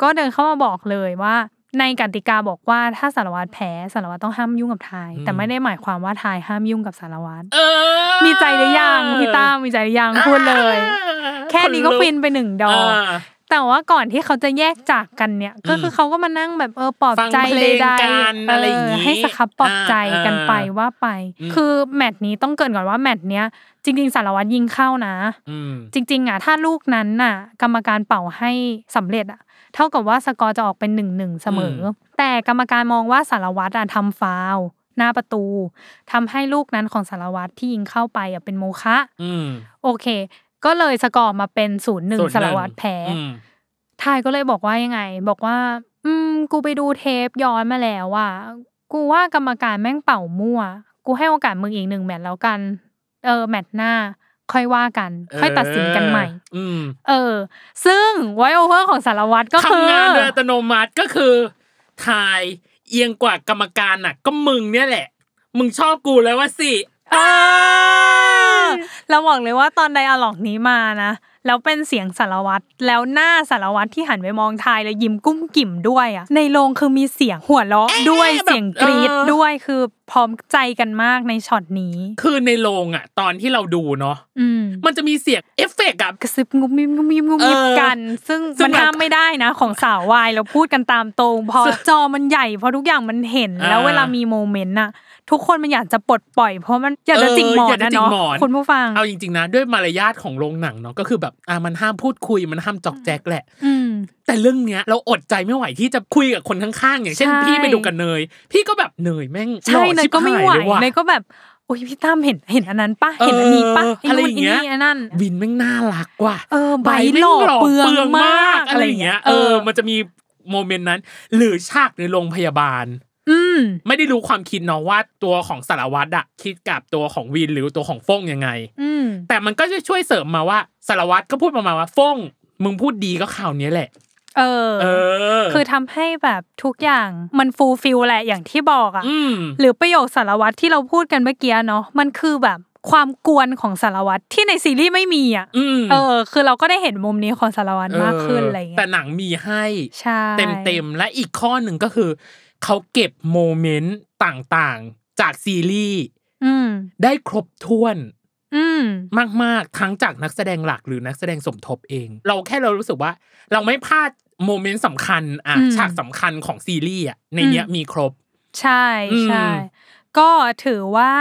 ก็เดินเข้ามาบอกเลยว่า ในกติกาบอกว่าถ้าสารวัตรแพ้สารวัตรต้องห้ามยุ่งกับไทย
อืม
แต่ไม่ได้หมายความว่าไทยห้ามยุ่งกับสารวัตร
เออ
มีใจหรือยังพี่ตามมีใจหรือยังพูดเลย
อ่า
แค่นี้ก็ฟินไปหนึ่งด
อ่
อก
า
แต่ว่าก่อนที่เขาจะแยกจากกันเนี่ย ก็คือเขาก็มานั่งแบบเออปลอบ
ฟัง
ใจ
เพลง
ใด
กัน
ๆเอ
อะไรอย่าง
อ
งี้
ให้สครับปลอบใจกันไป
อ่า
ว่าไป
อืม
คือแมตช์นี้ต้องเกรินก่อนว่าแมตช์เนี้ยจริง ๆ สารวัตรยิงเข้านะ
อืม
จริง ๆอ่ะถ้าลูกนั้นน่ะ กรรมการเป่าให้สำเร็จอ่ะ เท่ากับว่าสกอร์จะออกเป็นหนึ่งหนึ่งเสมออ
ม
แต่กรรมการมองว่าสารวัตรอ่ะทำฟาวล์หน้าประตูทำให้ลูกนั้นของสารวัตรที่ยิงเข้าไปอ่ะเป็นโมฆะ
อืม
โอเค ก็เลยสกอร์มาเป็นศูนย์หนึ่ง
ส่วน
สารวัตรแพ้
อืม
ทายก็เลยบอกว่ายังไง บอกว่า อืม กูไปดูเทปย้อนมาแล้วว่า กูว่ากรรมการแม่งเป่ามั่ว กูให้โอกาสมึงอีกหนึ่งแมตช์แล้วกัน เออ แมตช์หน้า ค่อยว่ากัน ค่อยตัดสินกันใหม่
เอออืม
เออ ซึ่งไวโอเวอร์ของสารวัตรก็คือ
ทำงานโดยอัตโนมัติก็คือทายเอียงกว่ากรรมการน่ะ ก็มึงเนี่ยแหละ มึงชอบกูแล้วว่าสิ
เราบอกเลยว่าตอนไดอะล็อกนี้มานะ แล้วเป็นเสียงสารวัตรแล้วหน้าสารวัตรที่หันไปมองทายแล้วยิ้มกุ้มกิ่มด้วยอ่ะในโรงคือมีเสียงหัวเราะด้วย
แบบ
เสียงกรี๊ด
เออ
ด้วยคือพร้อมใจกันมากในช็อตนี้
คือในโรงอ่ะ ตอนที่เราดูเนาะ
อืม
มันจะมีเสียงเอฟเฟกต์อะ
กระซิบงุบมิบงุบมิบงุบมิบ
เออ
กัน ซึ่ง
ซึ่ง
มัน
แบบ
ห้ามไม่ได้นะ ของสาววายเราพูดกันตามตรงพอ
ซึ่ง
จอมันใหญ่เพราะทุกอย่างมันเห็น
อ่า
แล้วเวลามีโมเมนต์น่ะ ทุกคนมันอยากจะปลดปล่อย เพราะมันอยากจะ
เออ
จิกหมอ
อน ยากจะ
นะ
จิก
เนาะ
หมอน
คุณผู้ฟัง
เอาจริงๆนะด้วยมารยาทของโรงหนังเนาะก็คือแบบอ่ะมันห้ามพูดคุยมันห้ามจอกแจกแหละ
อืม
แต่เรื่องเนี้ยเราอดใจไม่ไหวที่จะคุยกับคนข้างๆ อย่างเช่น
ใช่
พี่ไปดูกับเนย พี่ก็แบบเนยแม่งหล่
ใช่
อ
เน
ชิ
ย
บ
ก็ไม่
หาย
ไหว
เลยว่ะ
เนยก็แบบโอ้ยพี่ตั้มเห็นเห็นอันนั้นปะเห็นอันนี้ปะ
เออ
ไอ้
อะไร
นู่
อน ย่างเงี้ย
ไอ้นี่อันนั้น
วินแม่งน่ารักว่ะ
เออใบ
แม่
ห
ง
ล่อเปลืองมาก
อะไรอย่างเงี้ย
เอ
เอ
อ
อ มันจะมีโมเมนต์นั้น หรือฉากในโรงพยาบาล
อืม
ไม่ได้รู้ความคิดเนาะว่าตัวของสารวัตรอะคิดกับตัวของวินหรือตัวของฟงยังไง
อืม
แต่มันก็จะช่วยเสริมมาว่าสารวัตรก็พูดประมาณว่าฟงมึงพูดดีก็ข่าวเนี้ยแหละ
เออ
เออ
คือทำให้แบบทุกอย่างมันฟูลฟิลแหละอย่างที่บอกอ่ะ
อืม
หรือประโยคสารวัตรที่เราพูดกันเมื่อกี้เนาะมันคือแบบความกวนของสารวัตรที่ในซีรีส์ไม่มีอ่ะ
อืม
เออ คือเราก็ได้เห็นมุมนี้ของสารวัตรมากขึ้นอะไรอย่าง
แต่
เงี้ย
หนังมีให้
ใช่
เต็มเต็มๆและอีกข้อหนึ่งก็คือ เขาเก็บโมเมนต์ต่างๆ จากซีรีส์
อืม
ได้ครบถ้วน
อืม
มากๆ ทั้งจากนักแสดงหลักหรือนักแสดงสมทบเอง เราแค่เรารู้สึกว่า เราไม่พลาดโมเมนต์สำคัญอ่ะ
อืม
ฉากสำคัญของซีรีส์อ่ะในเนี้ย
อืม
มีครบ
ใช่
อืม
ใช่ก็ถือว่า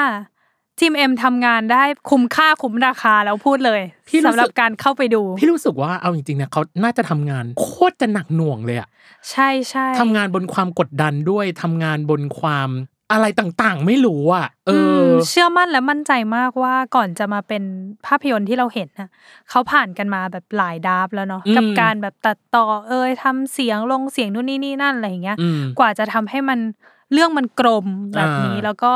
ทีมเอ็มทำงานได้คุ้มค่าคุ้มราคาแล้วพูดเลยสำหรับการเข้าไปดู
พี่รู้สึกว่าเอาจริงๆนะเขาน่าจะทำงานโคตรจะหนักหน่วงเลยอ่ะ
ใช่ใช่
ทำงานบนความกดดันด้วยทำงานบนความอะไรต่างๆ ไม่รู้อ่ะ เออ
ม
อ
เชื่อมั่นและมั่นใจมากว่าก่อนจะมาเป็นภาพยนตร์ที่เราเห็นนะเขาผ่านกันมาแบบหลายดาบแล้วเนาะ
อืม
กับการแบบตัดต่อเอ่ยทำเสียงลงเสียงนู่นนี่นี่นั่นอะไรอย่างเงี้ย
อืม
กว่าจะทำให้มันเรื่องมันกลมแบบนี้
อ่า
แล้วก็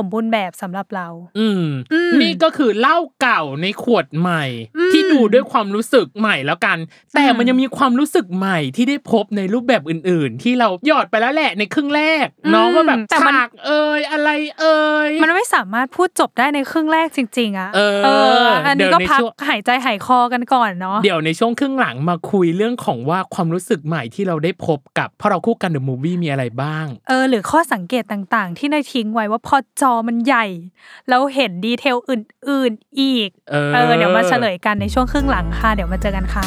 สมบูรณ์แบบสำหรับเรา
อืม
อืม
นี่ก็คือเหล้าเก่าในขวดใหม่
อืม
ที่ดูด้วยความรู้สึกใหม่แล้วกัน แต่
อืม
มันยังมีความรู้สึกใหม่ที่ได้พบในรูปแบบอื่น ๆ ที่เราหยอดไปแล้วแหละในครึ่งแรก
อืม
น้องว่าแบบ
แต่มัน
ฉากเอ่ยอะไรเอ่ย
มันไม่สามารถพูดจบได้ในครึ่งแรกจริง ๆ อ่ะ
เออ
อันนี้
เดี๋ยว
ก็
ใน
พัก
ช่วง
หายใจหายคอกันก่อนเนาะ
เดี๋ยวในช่วงครึ่งหลังมาคุยเรื่องของว่าความรู้สึกใหม่ที่เราได้พบกับพอเราคู่กันเดอะมูวี่มีอะไรบ้าง
เออหรือข้อสังเกตต่างๆ ที่นายทิ้งไว้ว่าพอจอมันใหญ่ แล้วเห็นดีเทลอื่น ๆ อีก
เออ
เออ เดี๋ยวมาเฉลยกันในช่วงครึ่งหลังค่ะ เดี๋ยวมาเจอกันค่ะ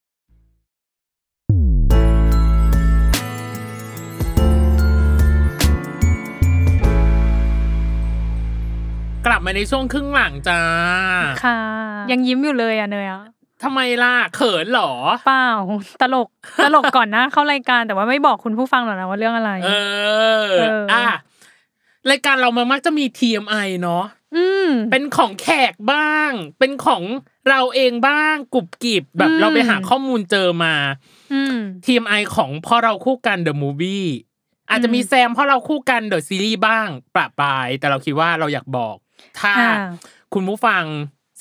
กลับมาในช่วงครึ่งหลัง <laughs> จ้า
ค่ะ ยังยิ้มอยู่เลยอ่ะเนยอ่ะ
ทำไมล่ะ เขินเหรอ
เปล่าตลก <laughs> ตลกก่อนนะ เข้ารายการแต่ว่าไม่บอกคุณผู้ฟังหรอกนะว่าเรื่องอะไร
เออ
เอออ่
อ่ะ รายการเรามันมักจะมี TMI เนาะ
อืม
เป็นของแขกบ้าง เป็นของเราเองบ้างกรุบกริบแบบ
อืม
เราไปหาข้อมูลเจอมา
อืม
TMI ของพ่อเราคู่กัน The Movie อาจจะมีแซมพ่อเราคู่กัน The Series บ้างประปราย แต่เราคิดว่าเราอยากบอก ถ้า
อ่า
คุณผู้ฟัง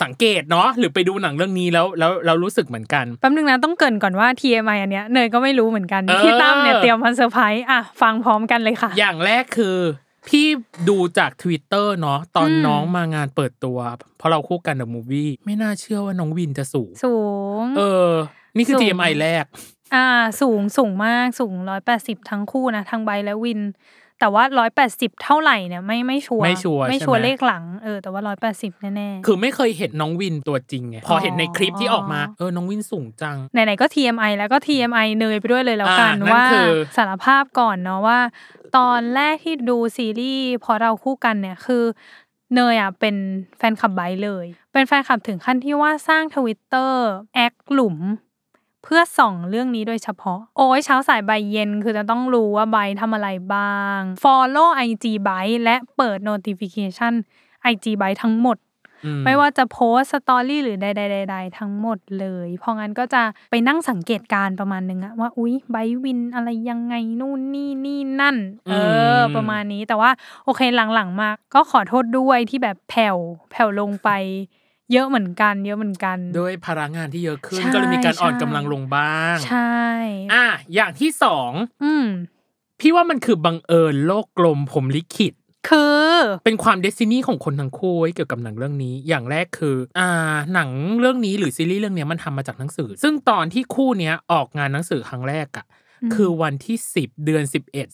สังเกตเนาะ หรือไปดูหนังเรื่องนี้แล้วแล้วเรารู้สึกเหมือนกัน
แป๊บนึงนะต้องเกรินก่อนว่า TMI อันเนี้ยเนยก็ไม่รู้เหมือนกัน
เออ
พี่ตั้มเนี่ยเตรียมมาเซอร์ไพรส์อ่ะฟังพร้อมกันเลยค่ะ
อย่างแรกคือ พี่ดูจาก Twitter เนาะตอน
อืม
น้องมางานเปิดตัว เพราะเราคู่กันเดอะมูวี่ไม่น่าเชื่อว่าน้องวินจะสูง
สูง
เออ นี่คือ
สูง
TMI แรก
อ่าสูงสูงมากสูงร้อยแปดสิบทั้งคู่นะทั้งใบและวิน แต่ว่าร้อยแปดสิบเท่าไหร่เนี่ยไม่ไม่ชัวร์
ไม่ชัวร์
ไม่ชัวร์
ใช่ไหม
เลขหลังเออแต่ว่าร้อยแปดสิบแน่
คือไม่เคยเห็นน้องวินตัวจริงไงพอเห็นในคลิปที่ออกมา
อ๋อ
เออ น้องวินสูงจัง
ๆไหนๆก็ TMI แล้วก็ TMI เนยไปด้วยเลยแล้วกัน
อ่านั่น
ว่า
คือ
สารภาพก่อนเนาะว่า ตอนแรกที่ดูซีรีส์พอเราคู่กันเนี่ยคือเนยอ่ะเป็นแฟนคลับไบร์ทเลย เป็นแฟนคลับถึงขั้นที่ว่าสร้างทวิตเตอร์แอคหลุม เพื่อส่องเรื่องนี้โดยเฉพาะ โอ้ยเช้าสายใบายเย็นคือจะต้องรู้ว่าใบทำอะไรบ้าง follow IG ใบและเปิด notification IG ใบทั้งหมด
อื
ไม่ว่าจะโพสต์สตอรี่หรือใดๆๆ ทั้งหมดเลย เพราะงั้นก็จะไปนั่งสังเกตการณ์ประมาณนึงอะว่า อุ๊ยไบร์ทวินอะไรยังไงนู่นนี่นี่นั่น เออ ประมาณนี้แต่ว่าโอเคหลังๆมาก็ขอโทษด้วยที่แบบแผ่วแผ่วลงไป เยอะเหมือนกัน เยอะเหมือนกัน
ด้วยพลังงานที่เยอะขึ้น
ใช่
ก็เลยมีการอ่อน
ใช่
กำลังลงบ้าง
ใช่
อ่ะอย่างที่สอง
อืม
พี่ว่ามันคือบังเอิญโลกกลมผมลิขิต
คือ
เป็นความเดซินี่ของคนทั้งคู่เว้ยเกี่ยวกับหนังเรื่องนี้ อย่างแรกคือ อ่า หนังเรื่องนี้หรือซีรีส์เรื่องเนี้ยมันทำมาจากหนังสือ ซึ่งตอนที่คู่เนี้ยออกงานหนังสือครั้งแรกอะ
อืม
คือวันที่ 10 เดือน 11
โอ้ย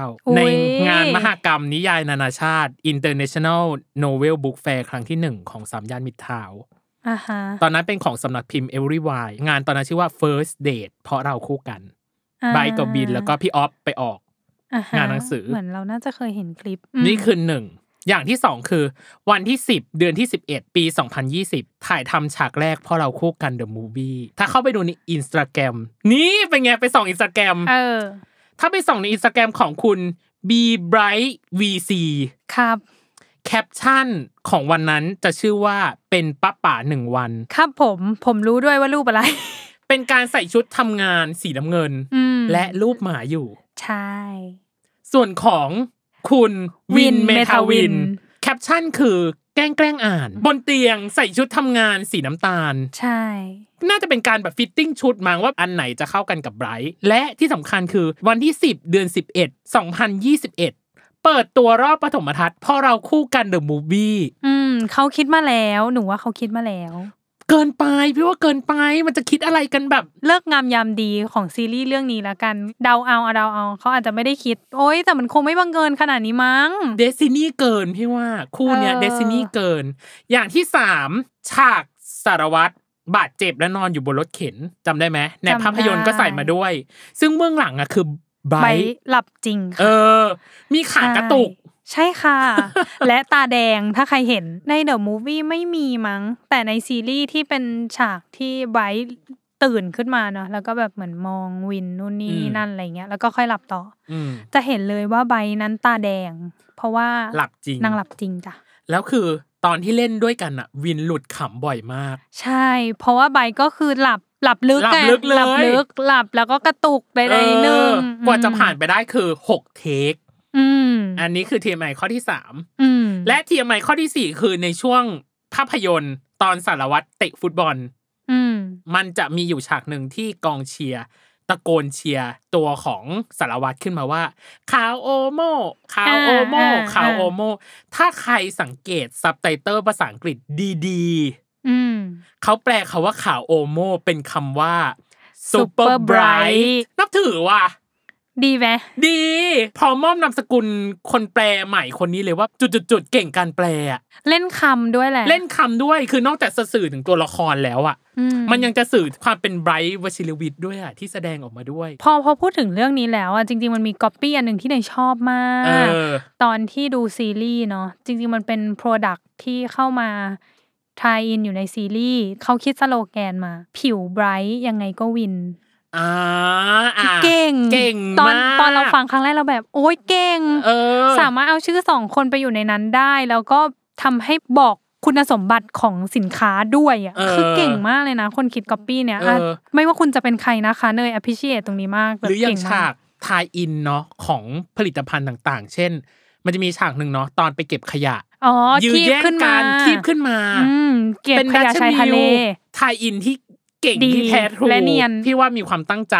2019 ในงานมหกรรมนิยายนานาชาติ International Novel Book Fair ครั้งที่หนึ่งของสามย่านมิตรทาวน์
อ่าฮะ
ตอนนั้นเป็นของสำนักพิมพ์ Everywhere งานตอนนั้นชื่อว่า First Date เพราะเราคู่กัน
อ่า
ไบร์ทกับบินแล้วก็พี่ออฟไปออก
อ่ฮะ
งานหนังสือ
เหมือนเราน่าจะเคยเห็นคลิปม
นี่คือหนึ่ง อย่างที่สองคือ วันที่ 10 เดือนที่ 11 ปี 2020 ถ่ายทำฉากแรกเพราะเราคู่กันเดอะมูฟี่ถ้าเข้าไปดูในอินสตาแกรมนี่เป็นไง ไปส่องอินสตาแกรม
เออ
ถ้าไปส่องในอินสตาแกรมของคุณ b b r i g h t VC
ครับ
แคปชั่นของวันนั้นจะชื่อว่าเป็นป้าป่าหนึ่งวัน
ครับผมผมรู้ด้วยว่ารูปอะไร
เป็นการใส่ชุดทำงานสีน้ำเงิน
อืม
และรูปหมาอยู่
ใช่
ส่วนของคุณ
วิ
วิน
น
เมทาวิน
เมทาวิน
แคปชั่นคือแกล้งแกล้งอ่าน บนเตียงใส่ชุดทำงานสีน้ำตาล
ใช่
น่าจะเป็นการแบบฟิตติ้งชุดมั้งว่าอันไหนจะเข้ากันกับไบรท์และที่สำคัญคือวันที่ 10 เดือน 11 2021 เปิดตัวรอบปฐมทัศน์เพราะเราคู่กันเดอะมูฟวี่
อืมเขาคิดมาแล้วหนูว่าเขาคิดมาแล้ว
เกินไปพี่ว่าเกินไปมันจะคิดอะไรกันแบบ
เลิกงามยามดีของซีรีส์เรื่องนี้ละกัน เดาเอาเดาเอาเขาอาจจะไม่ได้คิด โอ๊ย แต่มันคงไม่บังเอิญขนาดนี้มั้ง
เดซินี่เกินพี่ว่าคู่เนี้ย
เออ
เดซินี่เกิน อย่างที่สามฉากสารวัตรบาดเจ็บและนอนอยู่บนรถเข็นจำได้ไหมในภาพยนตร์ก็ใส่มาด้วย ซึ่งเบื้องหลังอะคือไบ
ไป
ร์ท
หลับจริง
<laughs>
ค่ะ
เออ มีขากระตุก
ใช่ค่ะ <laughs> และตาแดงถ้าใครเห็นในเดอะมูฟวี่ไม่มีมั้ง แต่ในซีรีส์ที่เป็นฉากที่ไบรท์ตื่นขึ้นมาเนาะแล้วก็แบบเหมือนมองวินนู่นนี่
อืม
นั่นอะไรเงี้ยแล้วก็ค่อยหลับต่อ
อืม
จะเห็นเลยว่าใบนั้นตาแดง เพราะว่า
หลับจริง
นางหลับจริงจ้ะ
แล้วคือตอนที่เล่นด้วยกันอะวินหลุดขำบ่อยมาก
ใช่ เพราะว่าใบก็คือหลับหลับลึก
หลับ
ไง
ลึกเลย
หลับลึกหลับแล้วก็กระตุกไปใน
เอ
นึ
อง กว่าจะผ่านไปได้คือหกเทค
อืม
อันนี้คือ TMI ข้อที่สาม
อืม
และ TMI ข้อที่สี่คือในช่วงภาพยนตร์ตอนสารวัตรเตะฟุตบอล
อืม
มันจะมีอยู่ฉากหนึ่งที่กองเชียร์ตะโกนเชียร์ตัวของสารวัตรขึ้นมาว่าขาวโอโมขาวโอโมขาวโอโม ถ้าใครสังเกตซับไตเติลภาษาอังกฤษดี
อืม
ๆ เขาแปลคาว่าขาวโอโมเป็นคำว่า
Super
super bright
bright
นับถือว่ะ
ดีไหม
ดี พร้อมมอบนามสกุลคนแปลใหม่คนนี้เลยว่าจุดๆๆเก่งการแปลอะ
เล่นคำด้วยแหละ
เล่นคำด้วย คือนอกจากจะสื่อถึงตัวละครแล้วอ่ะ
อื
มันยังจะสื่อความเป็นไบรท์วชิรวิทย์ด้วยอ่ะ ที่แสดงออกมาด้วย
พอพอพูดถึงเรื่องนี้แล้วอ่ะจริง ๆ มันมีก๊อปปี้อันหนึ่งที่เนยชอบมา
เอก อ
ตอนที่ดูซีรีส์เนาะจริง ๆ มันเป็น Product ที่เข้ามาทายอินอยู่ในซีรีส์เขาคิดสโลแกนมา ผิวไบรท์ยังไงก็วิน
อ่าอ่ะ
เก่ง
เก่ง
ตอน
มาก
ตอนเราฟังครั้งแรกเราแบบ โอ๊ยเก่ง
เออ
สามารถเอาชื่อสองคนไปอยู่ในนั้นได้ แล้วก็ทำให้บอกคุณสมบัติของสินค้าด้วยอ่ะ
ออ
คือเก่งมากเลยนะ คนคิดก๊อปปี้เนี่ยอ่ะ
เออ
ไม่ว่าคุณจะเป็นใครนะคะเนย appreciate ตรงนี้มากแบ
ห
บ
รืออย่า
เก่
ง
ม
ฉากทายอินเนาะของผลิตภัณฑ์ต่างๆ เช่น มันจะมีฉากหนึ่งเนาะตอนไปเก็บขยะ
อ๋อ
ยื้
คีบ
แย่ง
ขึ้นมา
การคีบขึ้นมา
อืมเก็บขยะชายทะเล
ทายอินที่เก่ง
ดี
ที่แท้ทรู
และเนียน
พี่ว่ามีความตั้งใจ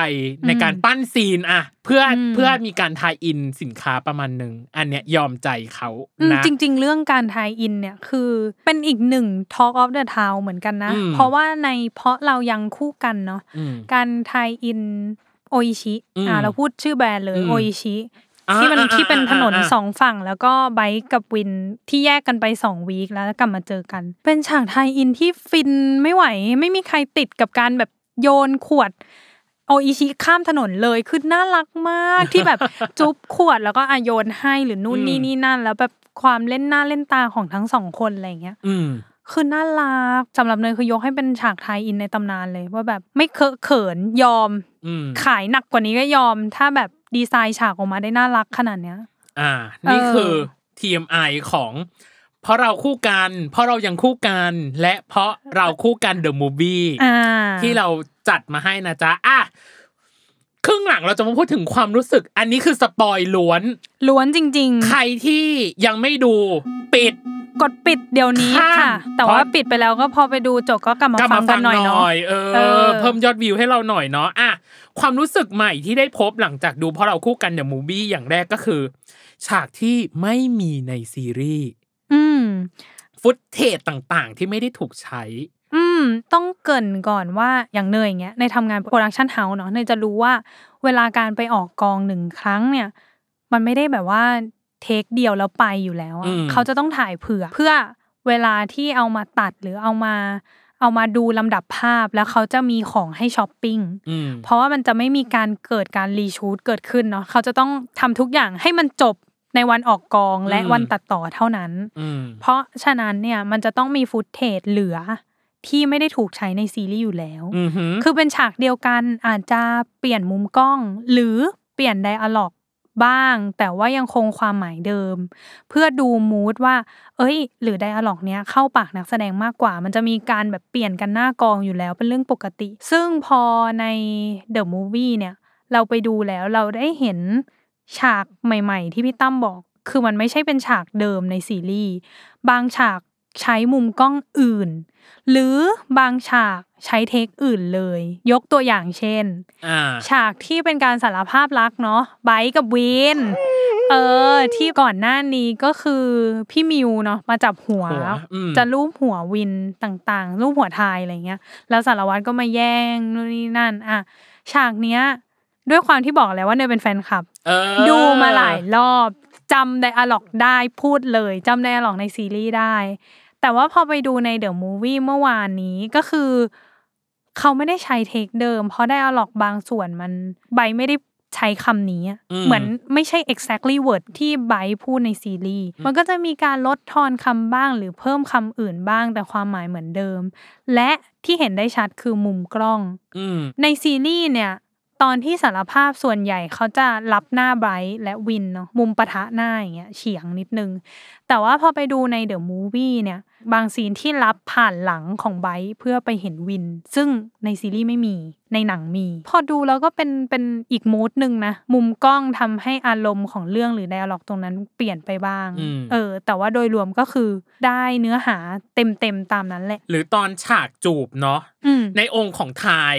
ใน
อืม
การปั้นซีนอ่ะ เพื่ออ
ม
เพื่อมีการทายอินสินค้าประมาณหนึ่งอันเนี้ยยอมใจเขา
อืม
นะ
จริง ๆ เรื่องการทายอินเนี่ยคือเป็นอีกหนึ่ง Talk of the Town เหมือนกันนะ
อืม
เพราะว่าในเพราะเรายังคู่กันเนาะ
อืม
การทายอินโออิชิ
อืม
อ่าเราพูดชื่อแบรนด์เลย
อืม
โออิชิ
อ่า
ที่มัน
อ่า
ที่เป็นถนน
อ่าอ่า
สองฝั่ง แล้วก็ไบค์กับวินที่แยกกันไปสองวีคแล้วกลับมาเจอกัน เป็นฉากทายอินที่ฟินไม่ไหว ไม่มีใครติดกับการแบบโยนขวดโออิชิข้ามถนนเลยคือน่ารักมากที่
<laughs>
แบบ จุ๊บขวดแล้วก็อะโยนให้หรือนู่นนี่นี่นั่น แล้วแบบความเล่นหน้าเล่นตาของทั้งสองคนอะไรอย่างเงี้ย
อืม
คือน่ารักสำหรับเนยคือยกให้เป็นฉากไทยอินในตำนานเลยว่าแบบไม่เคอะเขินยอม
อืม
ขายหนักกว่านี้ก็ยอม ถ้าแบบดีไซน์ฉากออกมาได้น่ารักขนาดเนี้ย
อ่า นี่
เออ
คือ TMI ของ เพราะเราคู่กัน เพราะเรายังคู่กัน และเพราะเราคู่กันเดอะมูฟวี่
อ่า
ที่เราจัดมาให้นะจ๊ะ อ่ะ ครึ่งหลังเราจะมาพูดถึงความรู้สึก อันนี้คือสปอยล้วน
ล้วนจริง
ใครที่ยังไม่ดูปิด
ๆ กดปิดเดี๋ยวนี้
ข้าม
ค่ะ แต่
เพราะ
ว่าปิดไปแล้วก็พอไปดูจบก็กลับมาก
ลับ
ฟั
มาง
กั
ฟั
น
ง
ห
ห
น่อยเนาะ
น่อยเอ
เอ
อ
อ
เพิ่มยอดวิวให้เราหน่อยเนาะอ่ะความรู้สึกใหม่ที่ได้พบหลังจากดูเพราะเราคู่กันเดอะมูฟวี่อย่างแรกก็คือ ฉากที่ไม่มีในซีรีส์
อืม
ฟุตเทจต่างๆ ที่ไม่ได้ถูกใช้
อืม ต้องเกรินก่อนว่าอย่างเนยอย่างเงี้ยในทำงานโปรดักชันเฮาส์เนาะเนยจะรู้ว่าเวลาการไปออกกองหนึ่งครั้งเนี่ย มันไม่ได้แบบว่าเทคเดียวแล้วไปอยู่แล้วอะ
อืม
เขาจะต้องถ่ายเผื่อ เพื่อเวลาที่เอามาตัดหรือเอามา เอามาดูลำดับภาพแล้วเขาจะมีของให้ช้อปปิ้ง
อืม
เพราะว่ามันจะไม่มีการเกิดการรีชูตเกิดขึ้นเนาะเขาจะต้องทำทุกอย่างให้มันจบในวันออกกองและ
อืม
วันตัดต่อเท่านั้น
อืม
เพราะฉะนั้นเนี่ยมันจะต้องมีฟุตเทจเหลือ ที่ไม่ได้ถูกใช้ในซีรีส์อยู่แล้ว
อืมฮึ
คือเป็นฉากเดียวกันอาจจะเปลี่ยนมุมกล้อง หรือเปลี่ยนไดอะล็อกบ้าง แต่ว่ายังคงความหมายเดิม เพื่อดูมูดว่า เอ้ย หรือไดอะล็อกเนี้ยเข้าปากนักแสดงมากกว่า มันจะมีการแบบเปลี่ยนกันหน้ากองอยู่แล้วเป็นเรื่องปกติ ซึ่งพอในเดอะมูฟวี่เนี่ย เราไปดูแล้วเราได้เห็นฉากใหม่ ๆ ที่พี่ตั้มบอก คือมันไม่ใช่เป็นฉากเดิมในซีรีส์บางฉากใช้มุมกล้องอื่น หรือบางฉากใช้เทคอื่นเลย ยกตัวอย่างเช่น
อ่า
ฉากที่เป็นการสารภาพรักเนาะไบร์ทกับวิน เออ ที่ก่อนหน้านี้ก็คือพี่มิวเนาะมาจับหัว
หัวอืม
จะรูปหัววินต่างๆ รูปหัวทายอะไรเงี้ย แล้วสารวัตรก็มาแย่งนู่นนี่นั่น อ่ะ ฉากเนี้ย ด้วยความที่บอกแล้วว่าเนยเป็นแฟนคลับ
เออ
ดูมาหลายรอบจำไดอะล็อกได้พูดเลยจำไดอะล็อกในซีรีส์ได้ แต่ว่าพอไปดูในเดอะมูฟวี่เมื่อวานนี้ก็คือ เขาไม่ได้ใช้เทคเดิม เพราะไดอะล็อกบางส่วนมันไบร์ทไม่ได้ใช้คำนี้อะเหมือนไม่ใช่ exactly word ที่ไบร์ทพูดในซีรีส์มันก็จะมีการลดทอนคำบ้างหรือเพิ่มคำอื่นบ้าง แต่ความหมายเหมือนเดิม และที่เห็นได้ชัดคือมุมกล้อง
อืม
ในซีรีส์เนี่ย ตอนที่สารภาพส่วนใหญ่เขาจะรับหน้าไบรท์และวินเนาะมุมปะทะหน้าอย่างเงี้ยเฉียงนิดนึง แต่ว่าพอไปดูในเดอะมูฟวี่เนี่ย บางซีนที่รับผ่านหลังของไบรท์เพื่อไปเห็นวิน ซึ่งในซีรีส์ไม่มีในหนังมี พอดูแล้วก็เป็นเป็นอีกมูดหนึ่งนะ มุมกล้องทำให้อารมณ์ของเรื่องหรือไดอะล็อกตรงนั้นเปลี่ยนไปบ้าง
อืม
เออ แต่ว่าโดยรวมก็คือได้เนื้อหาเต็มเต็มๆตามนั้นแหละ
หรือตอนฉากจูบเนาะ
อืม
ในองค์ของทาย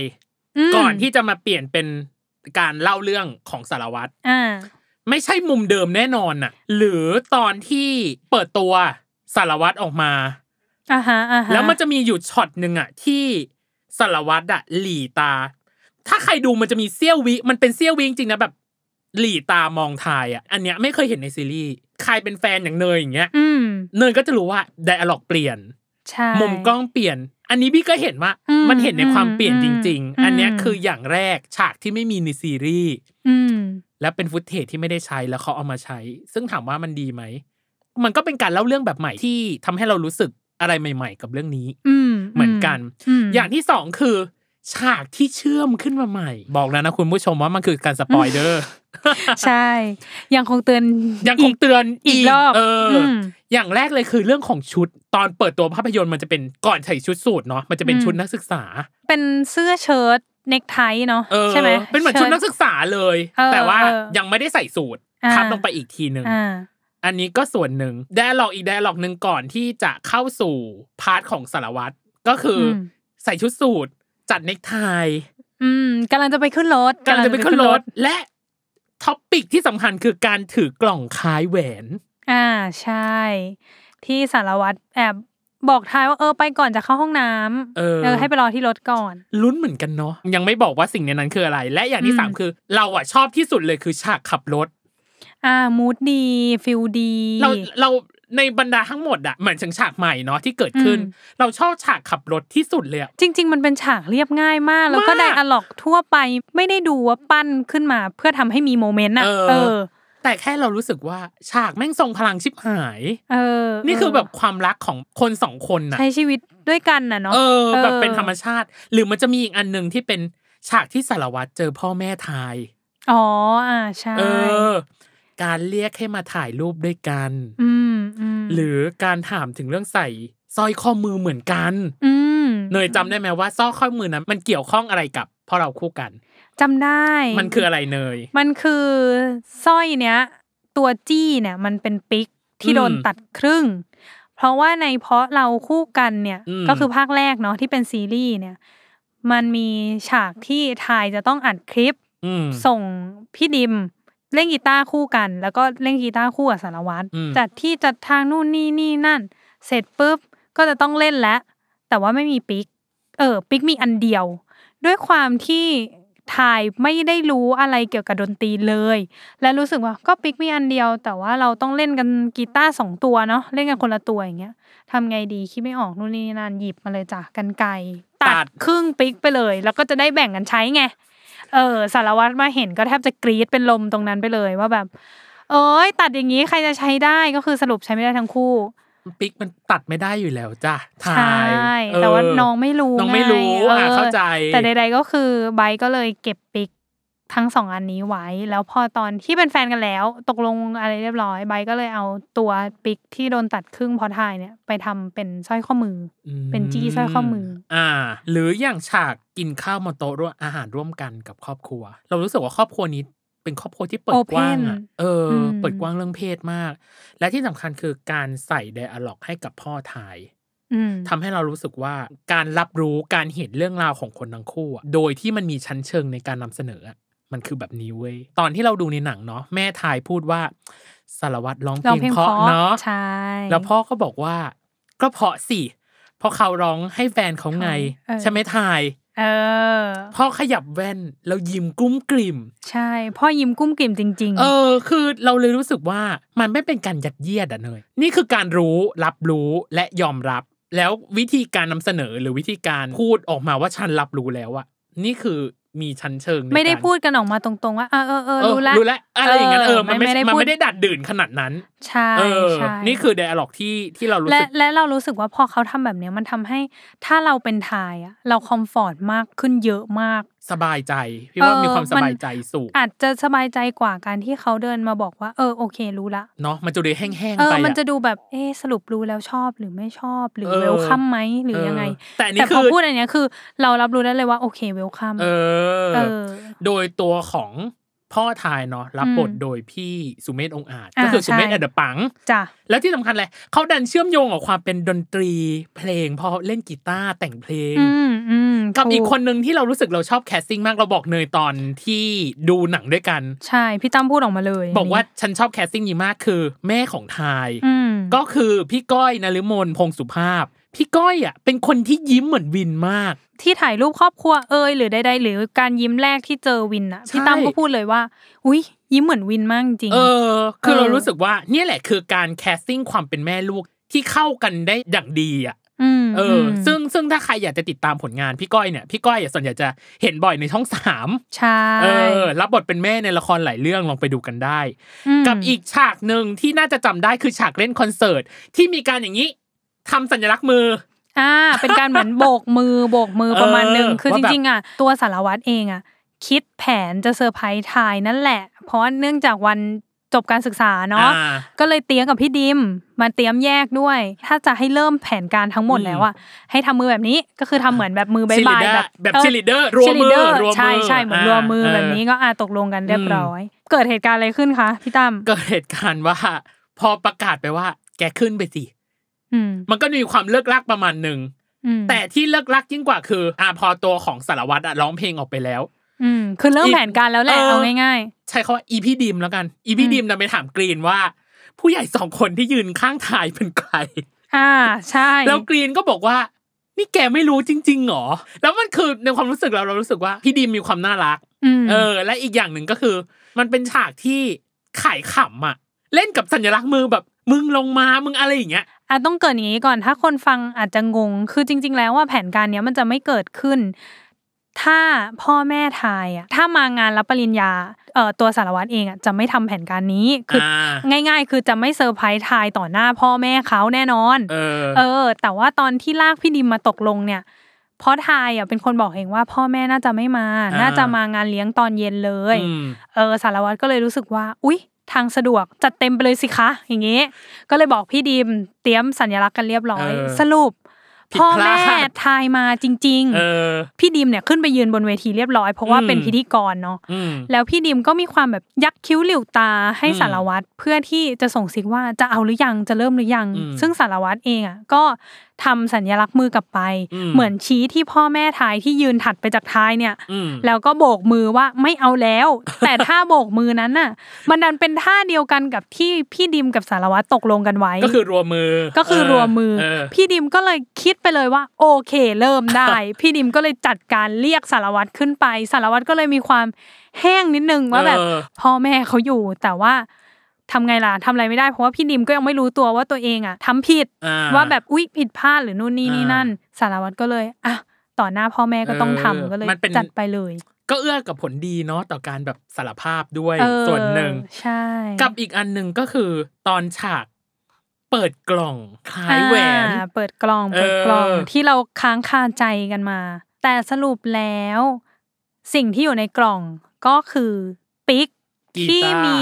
ม
ก่อนที่จะมาเปลี่ยนเป็นการเล่าเรื่องของสารวัตร
อ่า
ไม่ใช่มุมเดิมแน่นอนน่ะ หรือตอนที่เปิดตัวสารวัตรออกมา
อ่าฮะอ่าฮะ
แล้วมันจะมีอยู่ช็อตหนึ่งอะที่สารวัตรอะหลีตา ถ้าใครดูมันจะมีเซี่ยววิมันเป็นเซี่ยววิจริงๆนะแบบ หลีตามองทายอะอันเนี้ยไม่เคยเห็นในซีรีส์ใครเป็นแฟนอย่างเนยอย่างเงี้ย
อืม
เนยก็จะรู้ว่าไดอะล็อกเปลี่ยน
ใช่
มุมกล้องเปลี่ยน อันนี้พี่ก็เห็นว่า
อืม
มันเห็นในความเปลี่ยนจริง
อื
ๆ
ม
อันเนี้ยคืออย่างแรกฉากที่ไม่มีในซีรีส์
อืม
และเป็นฟุตเทจที่ไม่ได้ใช้แล้วเขาเอามาใช้ ซึ่งถามว่ามันดีไหมมันก็เป็นการเล่าเรื่องแบบใหม่ที่ทำให้เรารู้สึกอะไรใหม่ ๆ กับเรื่องนี้
อืม
เหมือนกัน
ม
อย่างที่สองคือ ฉากที่เชื่อมขึ้นมาใหม่ บอกแล้วนะคุณผู้ชมว่ามันคือการสปอยเดอร์
<laughs> ใช่ ยังคงเตือน
ยังคงเตือน
อีกรอบ
เอออ
ม
อย่างแรกเลยคือเรื่องของชุด ตอนเปิดตัวภาพยนตร์มันจะเป็นก่อนใส่ชุดสูทเนาะมันจะเป็น
อืม
ชุดนักศึกษา
เป็นเสื้อเชิ้ตเนคไทเนาะ
เออ
ใช่ไหม
เป็นเหมือนชุดนักศึกษาเลย
เออ
แต่ว่า
เออ
ยังไม่ได้ใส่สูท
อ่า
ทับลงไปอีกทีหนึ่ง
อ่า
อันนี้ก็ส่วนหนึ่งแดร์ล็อกอีกแดร์ล็อกหนึ่งก่อนที่จะเข้าสู่พาร์ทของสารวัตรก็คืออ
ม
ใส่ชุดสูทจัดเนคไท
อืมกำลังจะไปขึ้นรถ
กำลังจะไปขึ้นรถและท็อปปิกที่สำคัญคือการถือกล่องคล้ายแหวน
อ่าใช่ ที่สารวัตรแอบบอกทายว่าเออไปก่อนจะเข้าห้องน้ำ
เออ
ให้ไปรอที่รถก่อน
ลุ้นเหมือนกันเนาะยังไม่บอกว่าสิ่งในนั้นคืออะไร และอย่างที่
อืม
สามคือ เราอะชอบที่สุดเลยคือฉากขับรถ
อ่ามูดดีฟิลดี
เราเราในบรรดาทั้งหมดอะเหมือนถึงฉากใหม่เนาะที่เกิดขึ้น
อืม
เราชอบฉากขับรถที่สุดเลยอะ
จริง ๆ มันเป็นฉากเรียบง่ายมาก แล้วก็
มาก
ไดอะล็อกทั่วไป ไม่ได้ดูว่าปั้นขึ้นมา เพื่อทำให้มีโมเมนต์อะ
เออ
เออ
แต่แค่เรารู้สึกว่าฉากแม่งทรงพลังชิบหาย
เออ
นี่คือแบบความรักของคนสองคนน่ะ
ใช้ชีวิตด้วยกันน่ะเนาะ
เออแบบเป็นธรรมชาติ หรือมันจะมีอีกอันหนึ่งที่เป็นฉากที่สารวัตรเจอพ่อแม่ทาย
อ๋ออ่าใช่
เออ การเรียกให้มาถ่ายรูปด้วยกัน
อืมอืม
หรือการถามถึงเรื่องใส่สร้อยข้อมือเหมือนกัน
อืม
เนยจำได้ไหมว่าสร้อยข้อมือนั้นมันเกี่ยวข้องอะไรกับพอเราคู่กัน
จำได้
มันคืออะไรเนย
มันคือสร้อยเนี้ย ตัวจี้เนี่ยมันเป็นปิกที่
อืม
โดนตัดครึ่ง เพราะว่าในเพราะเราคู่กันเนี่ย
อืม
ก็คือภาคแรกเนาะที่เป็นซีรีส์เนี่ย มันมีฉากที่ทายจะต้องอัดคลิป
อืม
ส่งพี่ดิมเล่นกีตาร์คู่กัน แล้วก็เล่นกีตาร์คู่กับสารวัตร
อืม
จัดที่จัดทางนู่นนี่นี่นั่น เสร็จปุ๊บก็จะต้องเล่นแล้ว แต่ว่าไม่มีปิก เออปิกมีอันเดียว ด้วยความที่ทายไม่ได้รู้อะไรเกี่ยวกับดนตรีเลย และรู้สึกว่าก็ปิกมีอันเดียว แต่ว่าเราต้องเล่นกันกีตาร์สองตัวเนาะเล่นกันคนละตัวอย่างเงี้ยทำไงดีคิดไม่ออกนู่นนี่นั่นหยิบมาเลยจ้ะกันไกร
ตั
ตั
ด
ดครึ่งปิกไปเลย แล้วก็จะได้แบ่งกันใช้ไง เออสารวัตรมาเห็นก็แทบจะกรี๊ดเป็นลมตรงนั้นไปเลยว่าแบบ เอ้ยตัดอย่างนี้ใครจะใช้ได้ก็คือสรุปใช้ไม่ได้ทั้งคู่
ปิกมันตัดไม่ได้อยู่แล้วจ้ะ
ใช
ทาย่ เออ
แต่ว่าน้องไม่รู้
น้องไม่รู้
ง
อ่ะ
ออ
เข้าใจ
แต่ใดๆก็คือไบร์ทก็เลยเก็บปิกทั้งสองอันนี้ไว้ แล้วพอตอนที่เป็นแฟนกันแล้ว ตกลงอะไรเรียบร้อยไบร์ทก็เลยเอาตัวปิกที่โดนตัดครึ่งเพอทายเนี่ยไปทำเป็นสร้อยข้อมือ
อืม
เป็นจี้สร้อยข้อมือ
อ่า หรืออย่างฉากกินข้าวบนโต๊ะร่วมอาหารร่วมกันกับครอบครัว เรารู้สึกว่าครอบครัวนี้เป็นครอบครัวที่เปิด
Open
กว้างอะเอออ
ม
เปิดกว้างเรื่องเพศมาก และที่สำคัญคือการใส่ไดอะล็อกให้กับพ่อทาย
อืม
ทำให้เรารู้สึกว่าการรับรู้การเห็นเรื่องราวของคนทั้งคู่อะโดยที่มันมีชั้นเชิงในการนำเสนออะมันคือแบบนี้เว้ยตอนที่เราดูในหนังเนาะแม่ทายพูดว่าสารวัตรร้องเพล
ร้อง
ง
เพลง
เพ
เพรา
ราะเนาะ
ะใช่
แล้วพ่อก็บอกว่า ก็เพราะสิเพราะเขาร้องให้แฟนเขาไง
เออ
ใช่ไหมทาย
เออ
พ่อขยับแว่น แล้วยิ้มกลุ้มกลิ่ม
ใช่ พ่อยิ้มกุ้มกิ่มจริง ๆ
เออ คือเราเลยรู้สึกว่ามันไม่เป็นการยัดเยียดอะเนยนี่คือการรู้รับรู้และยอมรับ แล้ววิธีการนำเสนอหรือวิธีการพูดออกมาว่าฉันรับรู้แล้วอะนี่คือมีชั้นเชิงใน
ไม่ได้
การ
พูดกันออกมาตรงๆว่าเออเออเออ
เออ
รู้ละ
รู้แล้วอะไรอย่างนั้นเออ
เออ
มันไม่
ไม่ได้
มัน
พูด
ไม่ได้ดัดดื่นขนาดนั้น
ใช่
เออ
ใช่
นี่คือ dialog ที่ที่เรารู้
และ
สึก
และเรารู้สึกว่าพอเขาทำแบบเนี้ยมันทำให้ถ้าเราเป็นทายอะเราคอมฟอร์ตมากขึ้นเยอะมาก
สบายใจ พี่ว่า
เออ
มีความส
มัน
บายใจสูง
อาจจะสบายใจกว่าการที่เขาเดินมาบอกว่า เออโอเครู้ละ
เนาะมันจะดูแห้ง
เอ
ๆ
อ
ไป
มันจะ
อะ
ดูแบบเออสรุปรู้แล้วชอบหรือไม่ชอบหรือ
เออ
เวลคัมไหมหรือยังไง
เออแต่อันนี้
แต่พอ
คือ
พูดอันเนี้ยคือ เรารับรู้ได้เลยว่าโอเคเวลคัม
เออ
เออ
โดยตัวของพ่อทายเนาะรับบท
อืม
โดยพี่สุเมธองค์อาจ
อ่า
ก็คือสุเมธ
ใช่
อดปัง
จ้ะ
แล้วที่สำคัญเลยเขาดันเชื่อมโยงกับความเป็นดนตรีเพลงเพอเล่นกีตาร์แต่งเพลง
อืมอืม
กับอีก
ถู
คนหนึ่งที่เรารู้สึกเราชอบแคสติ้งมากเราบอกเนยตอนที่ดูหนังด้วยกัน
ใช่พี่ตั้มพูดออกมาเลย
บอกว่าฉันชอบแคสติ้งนี้มากคือ แม่ของทาย
อืม
ก็คือพี่ก้อยนฤมลพงศ์สุภาพ พี่ก้อยอ่ะเป็นคนที่ยิ้มเหมือนวินมาก
ที่ถ่ายรูปครอบครัวเอยหรือใดๆหรือการยิ้มแรกที่เจอวินอะ
ใช่
พี่ตั้มก็พูดเลยว่า อุ้ยยิ้มเหมือนวินมากจริง
เออ คือเรา
เออ
รู้สึกว่าเนี่ยแหละคือการแคสติ้งความเป็นแม่ลูกที่เข้ากันได้อย่างดีอ่ะ
ม
เอออ
ม
ซึ่งซึ่งถ้าใครอยากจะติดตามผลงานพี่ก้อยเนี่ย พี่ก้อยอ่ะส่วนใหญ่จะเห็นบ่อยในช่องสาม
ใช่
เออ รับบทเป็นแม่ในละครหลายเรื่องลองไปดูกันได้
ม
กับอีกฉากหนึ่งที่น่าจะจำได้คือฉากเล่นคอนเสิร์ตที่มีการอย่างนี้ทำสัญลักษณ์มือ
อ่า เป็นการเหมือนโบกมือโบกมือ
เออ
ประมาณนึงคือจ
ว่าแบบ
ริงๆอะตัวสารวัตรเองอะคิดแผนจะเซอร์ไพรส์ทายนั่นแหละ เพราะเนื่องจากวันจบการศึกษาเนาะ
อ่
ก็เลยเตรียมกับพี่ดิมมาเตรียมแยกด้วย ถ้าจะให้เริ่มแผนการทั้งหมดแล้วอะให้ทำมือแบบนี้ก็คือทำเหมือนแบบมือบายบาย
Cheerleader
แบบ
แบบ
ออ
cheerleader รวมมือ
cheerleader
รวมมือ
ใช่ใช่เหมือนรวมมืออา แบบนี้ก็อาตกลงกันเรียบ
อืม
ร้อย เกิดเหตุการณ์อะไรขึ้นคะพี่ตั้ม
เกิดเหตุการณ์ว่า พอประกาศไปว่า แกขึ้นไปสิ
อืม
มันก็มีความเลิกลักประมาณหนึ่ง
อืม
แต่ที่เลิกลักยิ่งกว่าคืออ่าพอตัวของสารวัตรอะร้องเพลงออกไปแล้ว
อืมคือเริ่มแผนการแล้วแหละ
เออ
เอาง่าย
ใช้คาว่าอีพี่ดิมแล้วกัน อีพี่
อืม
ดิมนะไปถามกรีนว่า ผู้ใหญ่สองคนที่ยืนข้างทายเป็นใคร
ๆ อ่าใช่
แล้วกรีนก็บอกว่า นี่แกไม่รู้จริงๆหรอ แล้วมันคือในความรู้สึกเราเรารู้สึกว่าพี่ดิมมีความน่ารัก
ม
เออ และอีกอย่างหนึ่งก็คือ มันเป็นฉากที่ขายขำอะเล่นกับสัญลักษณ์มือแบบมึงลงมามึงอะไรอย่างเงี้ย
อ่ะต้องเกิดอย่างนี้ก่อนถ้าคนฟังอาจจะงง คือจริง ๆ แล้วว่าแผนการเนี้ยมันจะไม่เกิดขึ้น ถ้าพ่อแม่ทายอ่ะถ้ามางานรับปริญญาเอ่อตัวสารวัตรเองอ่ะจะไม่ทำแผนการนี้คืออ
อ่า
ง่าย ๆ คือจะไม่เซอร์ไพรส์ทายต่อหน้าพ่อแม่เขาแน่นอน
เออ
เออ แต่ว่าตอนที่ลากพี่ดิมมาตกลงเนี่ยเพราะทายอ่ะเป็นคนบอกเองว่าพ่อแม่น่าจะไม่มา
อ่า
น่าจะมางานเลี้ยงตอนเย็นเลย
อืม
เออสารวัตรก็เลยรู้สึกว่า อุ๊ย ทางสะดวกจัดเต็มไปเลยสิคะอย่างงี้ ก็เลยบอกพี่ดิมเตรียมสัญลักษณ์กันเรียบร้อย
เออ
สรุป
ผิด
พ่อ
พลาด
แม่ทายมาจริง
เออ
ๆ พี่ดิมเนี่ยขึ้นไปยืนบนเวทีเรียบร้อยเพราะว่า
อืม
เป็นพิธีกรเนาะ
อืม
แล้วพี่ดิมก็มีความแบบยักคิ้วหลิวตาให้
อืม
สารวัตรเพื่อที่จะส่งสิกว่าจะเอาหรือยังจะเริ่มหรือยัง
อืม
ซึ่งสารวัตรเองอ่ะก็ทำสัญลักษณ์มือกลับไป
อืม
เหมือนชี้ที่พ่อแม่ทายที่ยืนถัดไปจากทายเนี่ย
อืม
แล้วก็โบกมือว่าไม่เอาแล้ว <laughs> แต่ท่าโบกมือนั้นน่ะ มันดันเป็นท่าเดียวกันกับที่พี่ดิมกับสารวัตรตกลงกันไว้
ก็คือรวมมือ
ก็คือรวมมือ
เออ
พี่ดิมก็เลยคิดไปเลยว่า โอเค เริ่มได้
<laughs>
พี่ดิมก็เลยจัดการเรียกสารวัตรขึ้นไป สารวัตรก็เลยมีความแห้งนิดนึงว่าแบบ
เออ
พ่อแม่เขาอยู่ แต่ว่าทำไงล่ะทำอะไรไม่ได้เพราะว่าพี่ดิมก็ยังไม่รู้ตัวว่าตัวเองอ่ะทำผิด
อ่
ว่าแบบอุ๊ยผิดพลาดหรือนู่นนี่นี่
อ่านั่
นั่น สารวัตรก็เลยอ่ะต่อหน้าพ่อแม่ก็ต้องทำ
เออ
ก็เลย
มันเป็น
จัดไปเลย
ก็เอื้อกับผลดีเนาะต่อการแบบสารภาพด้วย
เออ
ส่วนหนึ่ง
ใช่
กับอีกอันหนึ่งก็คือตอนฉากเปิดกล่องคล้ายแหวน
อ่าเปิดกล่อง
เออ
เปิดกล่องที่เราค้างคาใจกันมา แต่สรุปแล้ว สิ่งที่อยู่ในกล่องก็คือปิก
กี
ที่
ตาร์
มี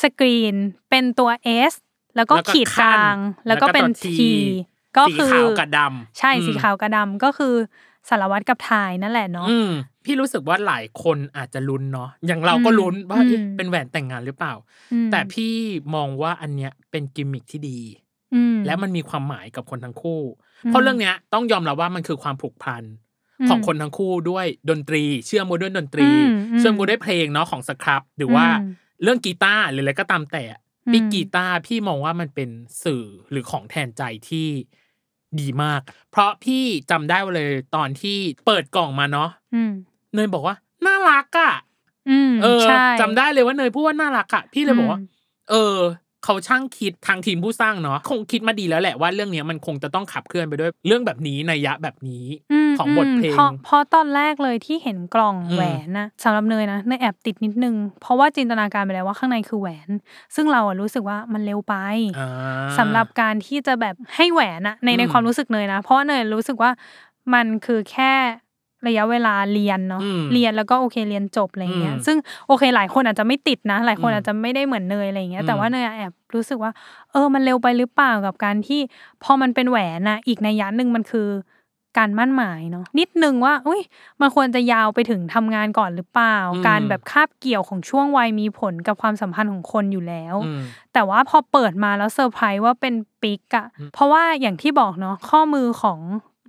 สกรีนเป็นตัว S แล้วก็
แล้วก็
ขีดกลาง
ขั้น
แล้วก็เป็น
แล้วก็ตัว T
T ก็
สี
คือ
ขาวกับดำ
ใช่
อืม
สีขาวกับดำก็คือสารวัตรกับทายนั่นแหละเนาะ
อืมพี่รู้สึกว่าหลายคนอาจจะลุ้นเนาะอย่างเราก็
อืม
ลุ้นว่าเอ๊ะ
อืม
เป็นแหวนแต่งงานหรือเปล่า
อืม
แต่พี่มองว่าอันเนี้ยเป็นกิมมิคที่ดี
อืม
และมันมีความหมายกับคนทั้งคู่
อืม
เพราะเรื่องเนี้ยต้องยอมรับว่ามันคือความผูกพัน ของคนทั้งคู่ด้วยดนตรี เชื่อมโมด้วยดนตรี
อืมอืม
เชื่อมโมด้วยเพลงเนาะของสครับหรือว่า
อืม
เรื่องกีตาร์หรืออะไรก็ตามแต่
อืม
พี่กีตาร์พี่มองว่ามันเป็นสื่อหรือของแทนใจที่ดีมาก เพราะพี่จำได้เลยตอนที่เปิดกล่องมาเนาะ
อืม
เนยบอกว่าน่ารักอะ่ะ
อืม
เออ
ใช่
จำได้เลยว่าเนยพูดว่าน่ารักอะ่ะพี่เลยบอกว่า
ม
เออ เขาช่างคิดทางทีมผู้สร้างเนาะคงคิดมาดีแล้วแหละว่าเรื่องเนี้ยมันคงจะต้องขับเคลื่อนไปด้วยเรื่องแบบนี้ในยยะแบบนี้
ม
ของบทเพลง
ราะเพราะตอนแรกเลยที่เห็นกล่อง
อืม
แหวนนะสำหรับเนยนะเนยแอบติดนิดนึง เพราะว่าจินตนาการไปแล้วว่าข้างในคือแหวน ซึ่งเราอะรู้สึกว่ามันเร็วไป
อ่า
สำหรับการที่จะแบบให้แหวนอะในใน
อืม
ความรู้สึกเนยนะ เพราะเนยรู้สึกว่ามันคือแค่ระยะเวลาเรียนเนาะ
อืม
เรียนแล้วก็โอเคเรียนจบอะไรอย่างเงี้ย
อืม
ซึ่งโอเคหลายคนอาจจะไม่ติดนะ หลายคน
อืม
อาจจะไม่ได้เหมือนเนยอะไรอย่างเงี้ยแต่
อืม
ว่าเนยอะแอบรู้สึกว่า เออ มันเร็วไปหรือเปล่ากับการที่พอมันเป็นแหวนน่ะ อีกในยยะหนึ่งมันคือการมั่นหมายเนาะนิดนึงว่า อุ้ยมันควรจะยาวไปถึงทำงานก่อนหรือเปล่า
อืม
การแบบคาบเกี่ยวของช่วงวัยมีผลกับความสัมพันธ์ของคนอยู่แล้ว
อืม
แต่ว่าพอเปิดมาแล้วเซอร์ไพรส์ว่าเป็นปิกอะ
อืม
เพราะว่าอย่างที่บอกเนาะข้อมือของ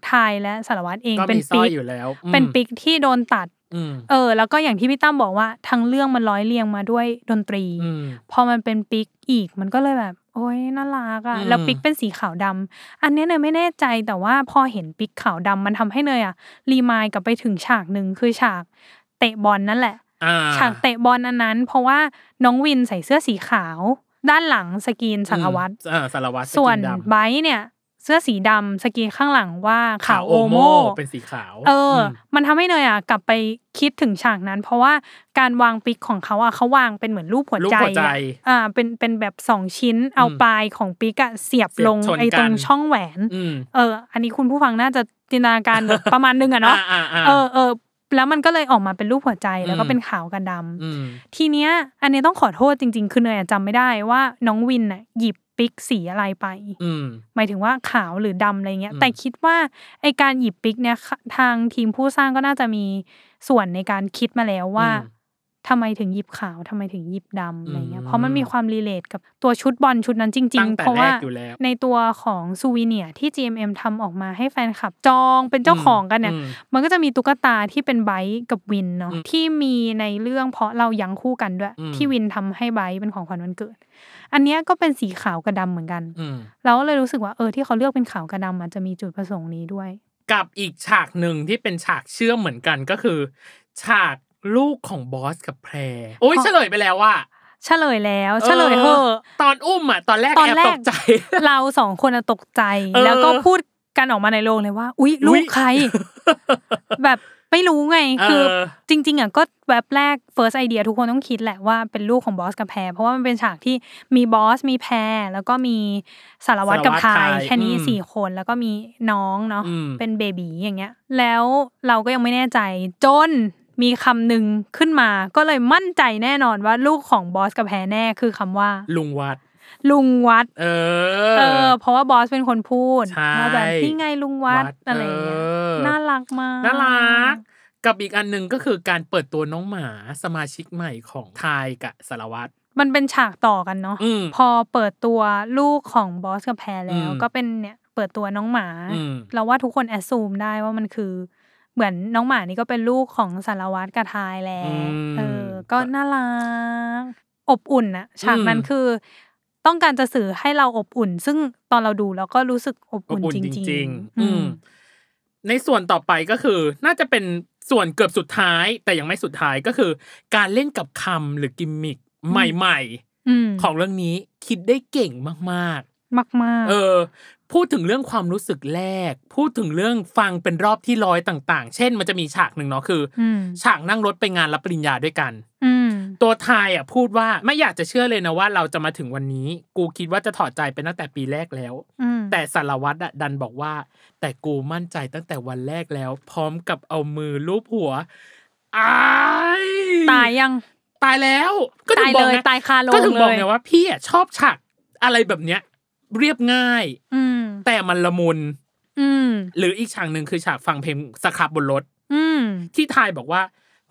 ทายและสารวัตรเอง
ก็
เป็น
มีสร้
ปิ
อย
ก
อยู่แล้วอืม
เป็นปิกที่โดนตัด
อืม
เออ แล้วก็อย่างที่พี่ตั้มบอกว่าทั้งเรื่องมันร้อยเรียงมาด้วยดนตรี
อืม
พอมันเป็นปิกอีกมันก็เลยแบบ โอ้ยน่ารักอะ่ะ
อืม
แล้วปิกเป็นสีขาวดำอันเนี้ยเนยไม่แน่ใจแต่ว่าพอเห็นปิกขาวดำมันทำให้เนยอะ่ะรีมายด์กลับไปถึงฉากหนึ่งคือฉากเตะบอลนั่นแหละ
อ่า
ฉากเตะบอลอันนั้น เพราะว่าน้องวินใส่เสื้อสีขาว ด้านหลังสกรีนสารวัตร
อืมเออสารวัตร
ส่วน
สกรีนดำ
ไบร์ทเนี่ยเสื้อสีดำสกรีนข้างหลังว่าขาวโอโม
เป็นสีขาว
เอออ
ม
มันทำให้เนยอ่ะกลับไปคิดถึงฉากนั้น เพราะว่าการวางปิกของเขาอ่ะเขาวางเป็นเหมือนรูปหัว
รูป
ใจ
หัวใจ
อ่ะอ่าเป็นเป็นแบบสองชิ้นเอา
อืม
ปลายของปิกอ่ะเสียบ
เสียบ
ลง
ชน
ไอ้ตรง
กัน
ช่องแหวน
อืม
เออ อันนี้คุณผู้ฟังน่าจะจินตนาการแบบ ประมาณนึงอะเนาะ
อ่าอ่า
เออเออแล้วมันก็เลยออกมาเป็นรูปหัวใจแล้วก็เป็นขาวกับดำ
อืม
ทีเนี้ย อันนี้ต้องขอโทษจริง ๆ คือเนยอ่ะจำไม่ได้ว่าน้องวินน่ะหยิบปิกสีอะไรไป
อืม
หมายถึงว่าขาวหรือดำอะไรเงี้ย
อืม
แต่คิดว่าไอการหยิบปิกเนี่ยค่ะทางทีมผู้สร้างก็น่าจะมีส่วนในการคิดมาแล้วว่า
อืม
ทำไมถึงหยิบขาวทำไมถึงหยิบดำอะไรเงี้ย
อืม
เพราะมันมีความรีเลทกับตัวชุดบอลชุดนั้นจริ
ตั้
ง
ง
ๆ
แต่
เพราะว่า
แรกอยู่แล้ว
ในตัวของซูวีเนียร์ที่ GMM ทำออกมาให้แฟนคลับจองเป็นเจ้าของกันเนี่ย
อืม
มันก็จะมีตุ๊กตาที่เป็นไบร์ทกับวินเนาะ
อืม
ที่มีในเรื่องเพราะเรายังคู่กันด้วย
อืม
ที่วินทำให้ไบร์ทเป็นของขวัญวันเกิด อันเนี้ยก็เป็นสีขาวกับดำเหมือนกัน
อืม
เราก็เลยรู้สึกว่าเออที่เขาเลือกเป็นขาวกระดำมันจะมีจุดประสงค์นี้ด้วย
กับอีกฉากหนึ่งที่เป็นฉากเชื่อมเหมือนกันก็คือ ฉากลูกของบอสกับแพร โอ้ย
เพราะ
เฉลยไปแล้วว่า
เฉลยแล้วเฉลยเถอะ
ตอนอุ้มอ่ะ ตอนแรก
ตอน
แอบ
แรก
ตกใจ
เราสองคนอะตกใจ
เออ
แล้วก็พูดกันออกมาในโรงเลยว่า อุ๊ย
อุ๊
ลู
ย
กใคร แบบ ไม่รู้ไง
เออ
คือ จริง ๆอ่ะก็แวบแรก first idea ทุกคนต้องคิดแหละว่าเป็นลูกของบอสกับแพรเพราะว่ามันเป็นฉากที่มีบอสมีแพรแล้วก็มีสารวัตรกับ
สารวัตร
ทาย
ทาย
แค่นี้
อืม
สี่คนแล้วก็มีน้องเนาะ
อืม
เป็นเบบีอย่างเงี้ย แล้วเราก็ยังไม่แน่ใจจนมีคำหนึ่งขึ้นมา ก็เลยมั่นใจแน่นอนว่าลูกของบอสกับแพรแน่คือคำว่า
ลุงวัด
ลุงวัด
เอ
เอ
อ
อ เพราะว่าบอสเป็นคนพูด
ใช่
ว่าแบบนี่ไงลุงวัด
วัด
อะไรอย่างเงี้ย
เออ
น่ารักมาก
น่ารัก กับอีกอันหนึ่งก็คือการเปิดตัวน้องหมาสมาชิกใหม่ของทายกับสารวัตร
มันเป็นฉากต่อกันเนาะ
อืม
พอเปิดตัวลูกของบอสกับแพรแล้ว
อืม
ก็เป็นเนี่ยเปิดตัวน้องหมา
อืม
เราว่าทุกคนแอดซูมได้ว่ามันคือ เหมือนน้องหมานี่ก็เป็นลูกของสารวัตรกระทายแล้
อื
ว
ม
เออ ก็น่ารักอบอุ่นอะฉากนั้น
อืม
คือ ต้องการจะสื่อให้เราอบอุ่น ซึ่งตอนเราดูเราก็รู้สึกอบ
อบ
อุ่น
อุ่น
จ
จ
ริง
ริง
ๆ
ๆ อืม ในส่วนต่อไปก็คือ น่าจะเป็นส่วนเกือบสุดท้าย แต่ยังไม่สุดท้ายก็คือ การเล่นกับคำหรือกิมมิคใหม่
อืม
ๆ ของเรื่องนี้คิดได้เก่งมาก
มากมาก
ๆ เออ พูดถึงเรื่องความรู้สึกแรก พูดถึงเรื่องฟังเป็นรอบที่ร้อยต่าง ๆ เช่น มันจะมีฉากหนึ่งเนาะคืออ
ม
ฉากนั่งรถไปงานรับปริญญาด้วยกัน
อืม
ตัวทายอ่ะพูดว่าไม่อยากจะเชื่อเลยนะว่าเราจะมาถึงวันนี้ กูคิดว่าจะถอดใจไปตั้งแต่ปีแรกแล้ว
อืม
แต่สารวัตรอะดันบอกว่า แต่กูมั่นใจตั้งแต่วันแรกแล้ว พร้อมกับเอามือลูบหัวอาย
ตายยัง
ตายแล้ว ก็ถึ
ตาย
งบ
เล
อก
ย
ไง
ตายคาโลง
ก็ถึงบอก
เล
ไง
ย
ว่าพี่อะชอบฉากอะไรแบบเนี้ย เรียบง่าย
อืม
แต่มันละมุน
อืม
หรืออีกฉากหนึ่งคือฉากฟังเพลงสครับบนรถ
อืม
ที่ทายบอกว่า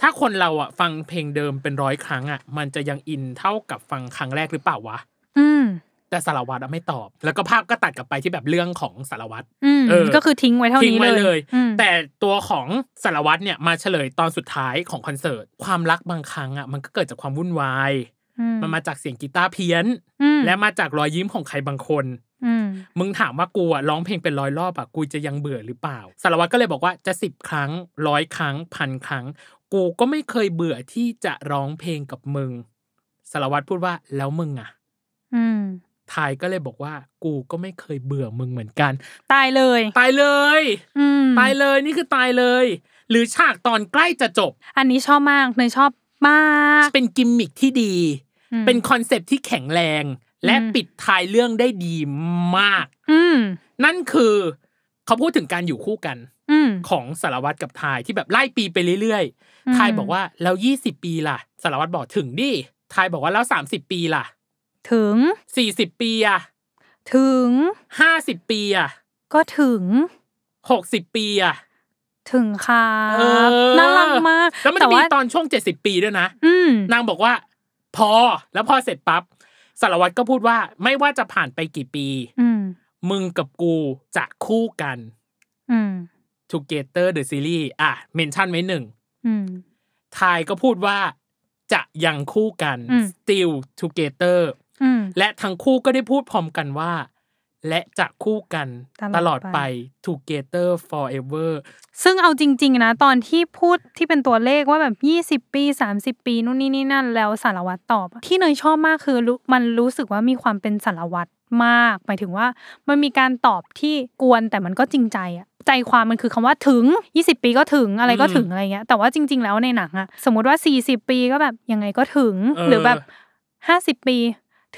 ถ้าคนเราอ่ะฟังเพลงเดิมเป็นร้อยครั้งอ่ะ มันจะยังอินเท่ากับฟังครั้งแรกหรือเปล่าวะ
อืม
แต่สารวัตรอะไม่ตอบ แล้วก็ภาพก็ตัดกลับไปที่แบบเรื่องของสารวัตร
อืม
เออ
ก็คือทิ้งไว้เท่า
ทิ้ง
นี้
ไว้เลย
อืม
แต่ตัวของสารวัตรเนี่ยมาเฉลยตอนสุดท้ายของคอนเสิร์ต ความรักบางครั้งอ่ะมันก็เกิดจากความวุ่นวาย
อื
มันมาจากเสียงกีตาร์เพี้ยน
อืม
และมาจากรอยยิ้มของใครบางคน
อืม
มึงถามว่ากูอ่ะร้องเพลงเป็นร้อยรอบอ่ะกูจะยังเบื่อหรือเปล่า สารวัตรก็เลยบอกว่าจะสิบครั้งร้อยครั้งพันครั้ง กูก็ไม่เคยเบื่อที่จะร้องเพลงกับมึง สารวัตรพูดว่าแล้วมึงอ่ะ
อืม
ทายก็เลยบอกว่า กูก็ไม่เคยเบื่อมึงเหมือนกัน
ตายเลย
ตายเลย
อืม
ตายเลยนี่คือตายเลย หรือฉากตอนใกล้จะจบ
อันนี้ชอบมากเนยชอบมาก
เป็นกิมมิคที่ดี
อืม
เป็นคอนเซปต์ที่แข็งแรง และ
อืม
ปิดท้ายเรื่องได้ดีมาก
อืม
นั่นคือเขาพูดถึงการอยู่คู่กัน
อืม
ของสารวัตรกับทายที่แบบไล่ปีไปเรื่อย
อืม
ๆ ทายบอกว่าแล้ว 20 ปีล่ะ สารวัตรบอกถึงดิ ทายบอกว่าแล้ว 30 ปีล่ะ
ถึง
40 ปีอะ
ถึง
50 ปีอะ
ก็ถึง
60 ปีอะ
ถึงครับ
เออ
น่ารักมาก
แล้วมัน
แต่
จะมี
ว่า
ตอนช่วง 70 ปีด้วยนะ
อืม
นางบอกว่า พอแล้วพอเสร็จปั๊บสารวัตรก็พูดว่าไม่ว่าจะผ่านไปกี่ปี
อืม
มึงกับกูจะคู่กัน
อืม
Together the series อ่ะเมนชั่นไว้หนึ่ง
อืม
ทายก็พูดว่าจะยังคู่กัน
อืม
still together
อืม
และทั้งคู่ก็ได้พูดพร้อมกันว่า และจะคู่กัน
ต
ต
ล
ล
อ
อ
ด
ด
ไป
ไป together forever
ซึ่งเอาจริง ๆ นะ ตอนที่พูดที่เป็นตัวเลขว่าแบบ 20 ปี 30 ปีนู่นนี่นี่นั่นแล้วสารวัตรตอบอะที่เนยชอบมากคือรู้มันรู้สึกว่ามีความเป็นสารวัตรมากหมายถึงว่ามันมีการตอบที่กวนแต่มันก็จริงใจอะใจความมันคือคำว่าถึง 20 ปีก็ถึงอะไรก็ถึงอะไรเงี้ยแต่ว่าจริง ๆ แล้วในหนังอะสมมติว่า 40 ปีก็แบบยังไงก็ถึง
เออ
หรือแบบ 50 ปี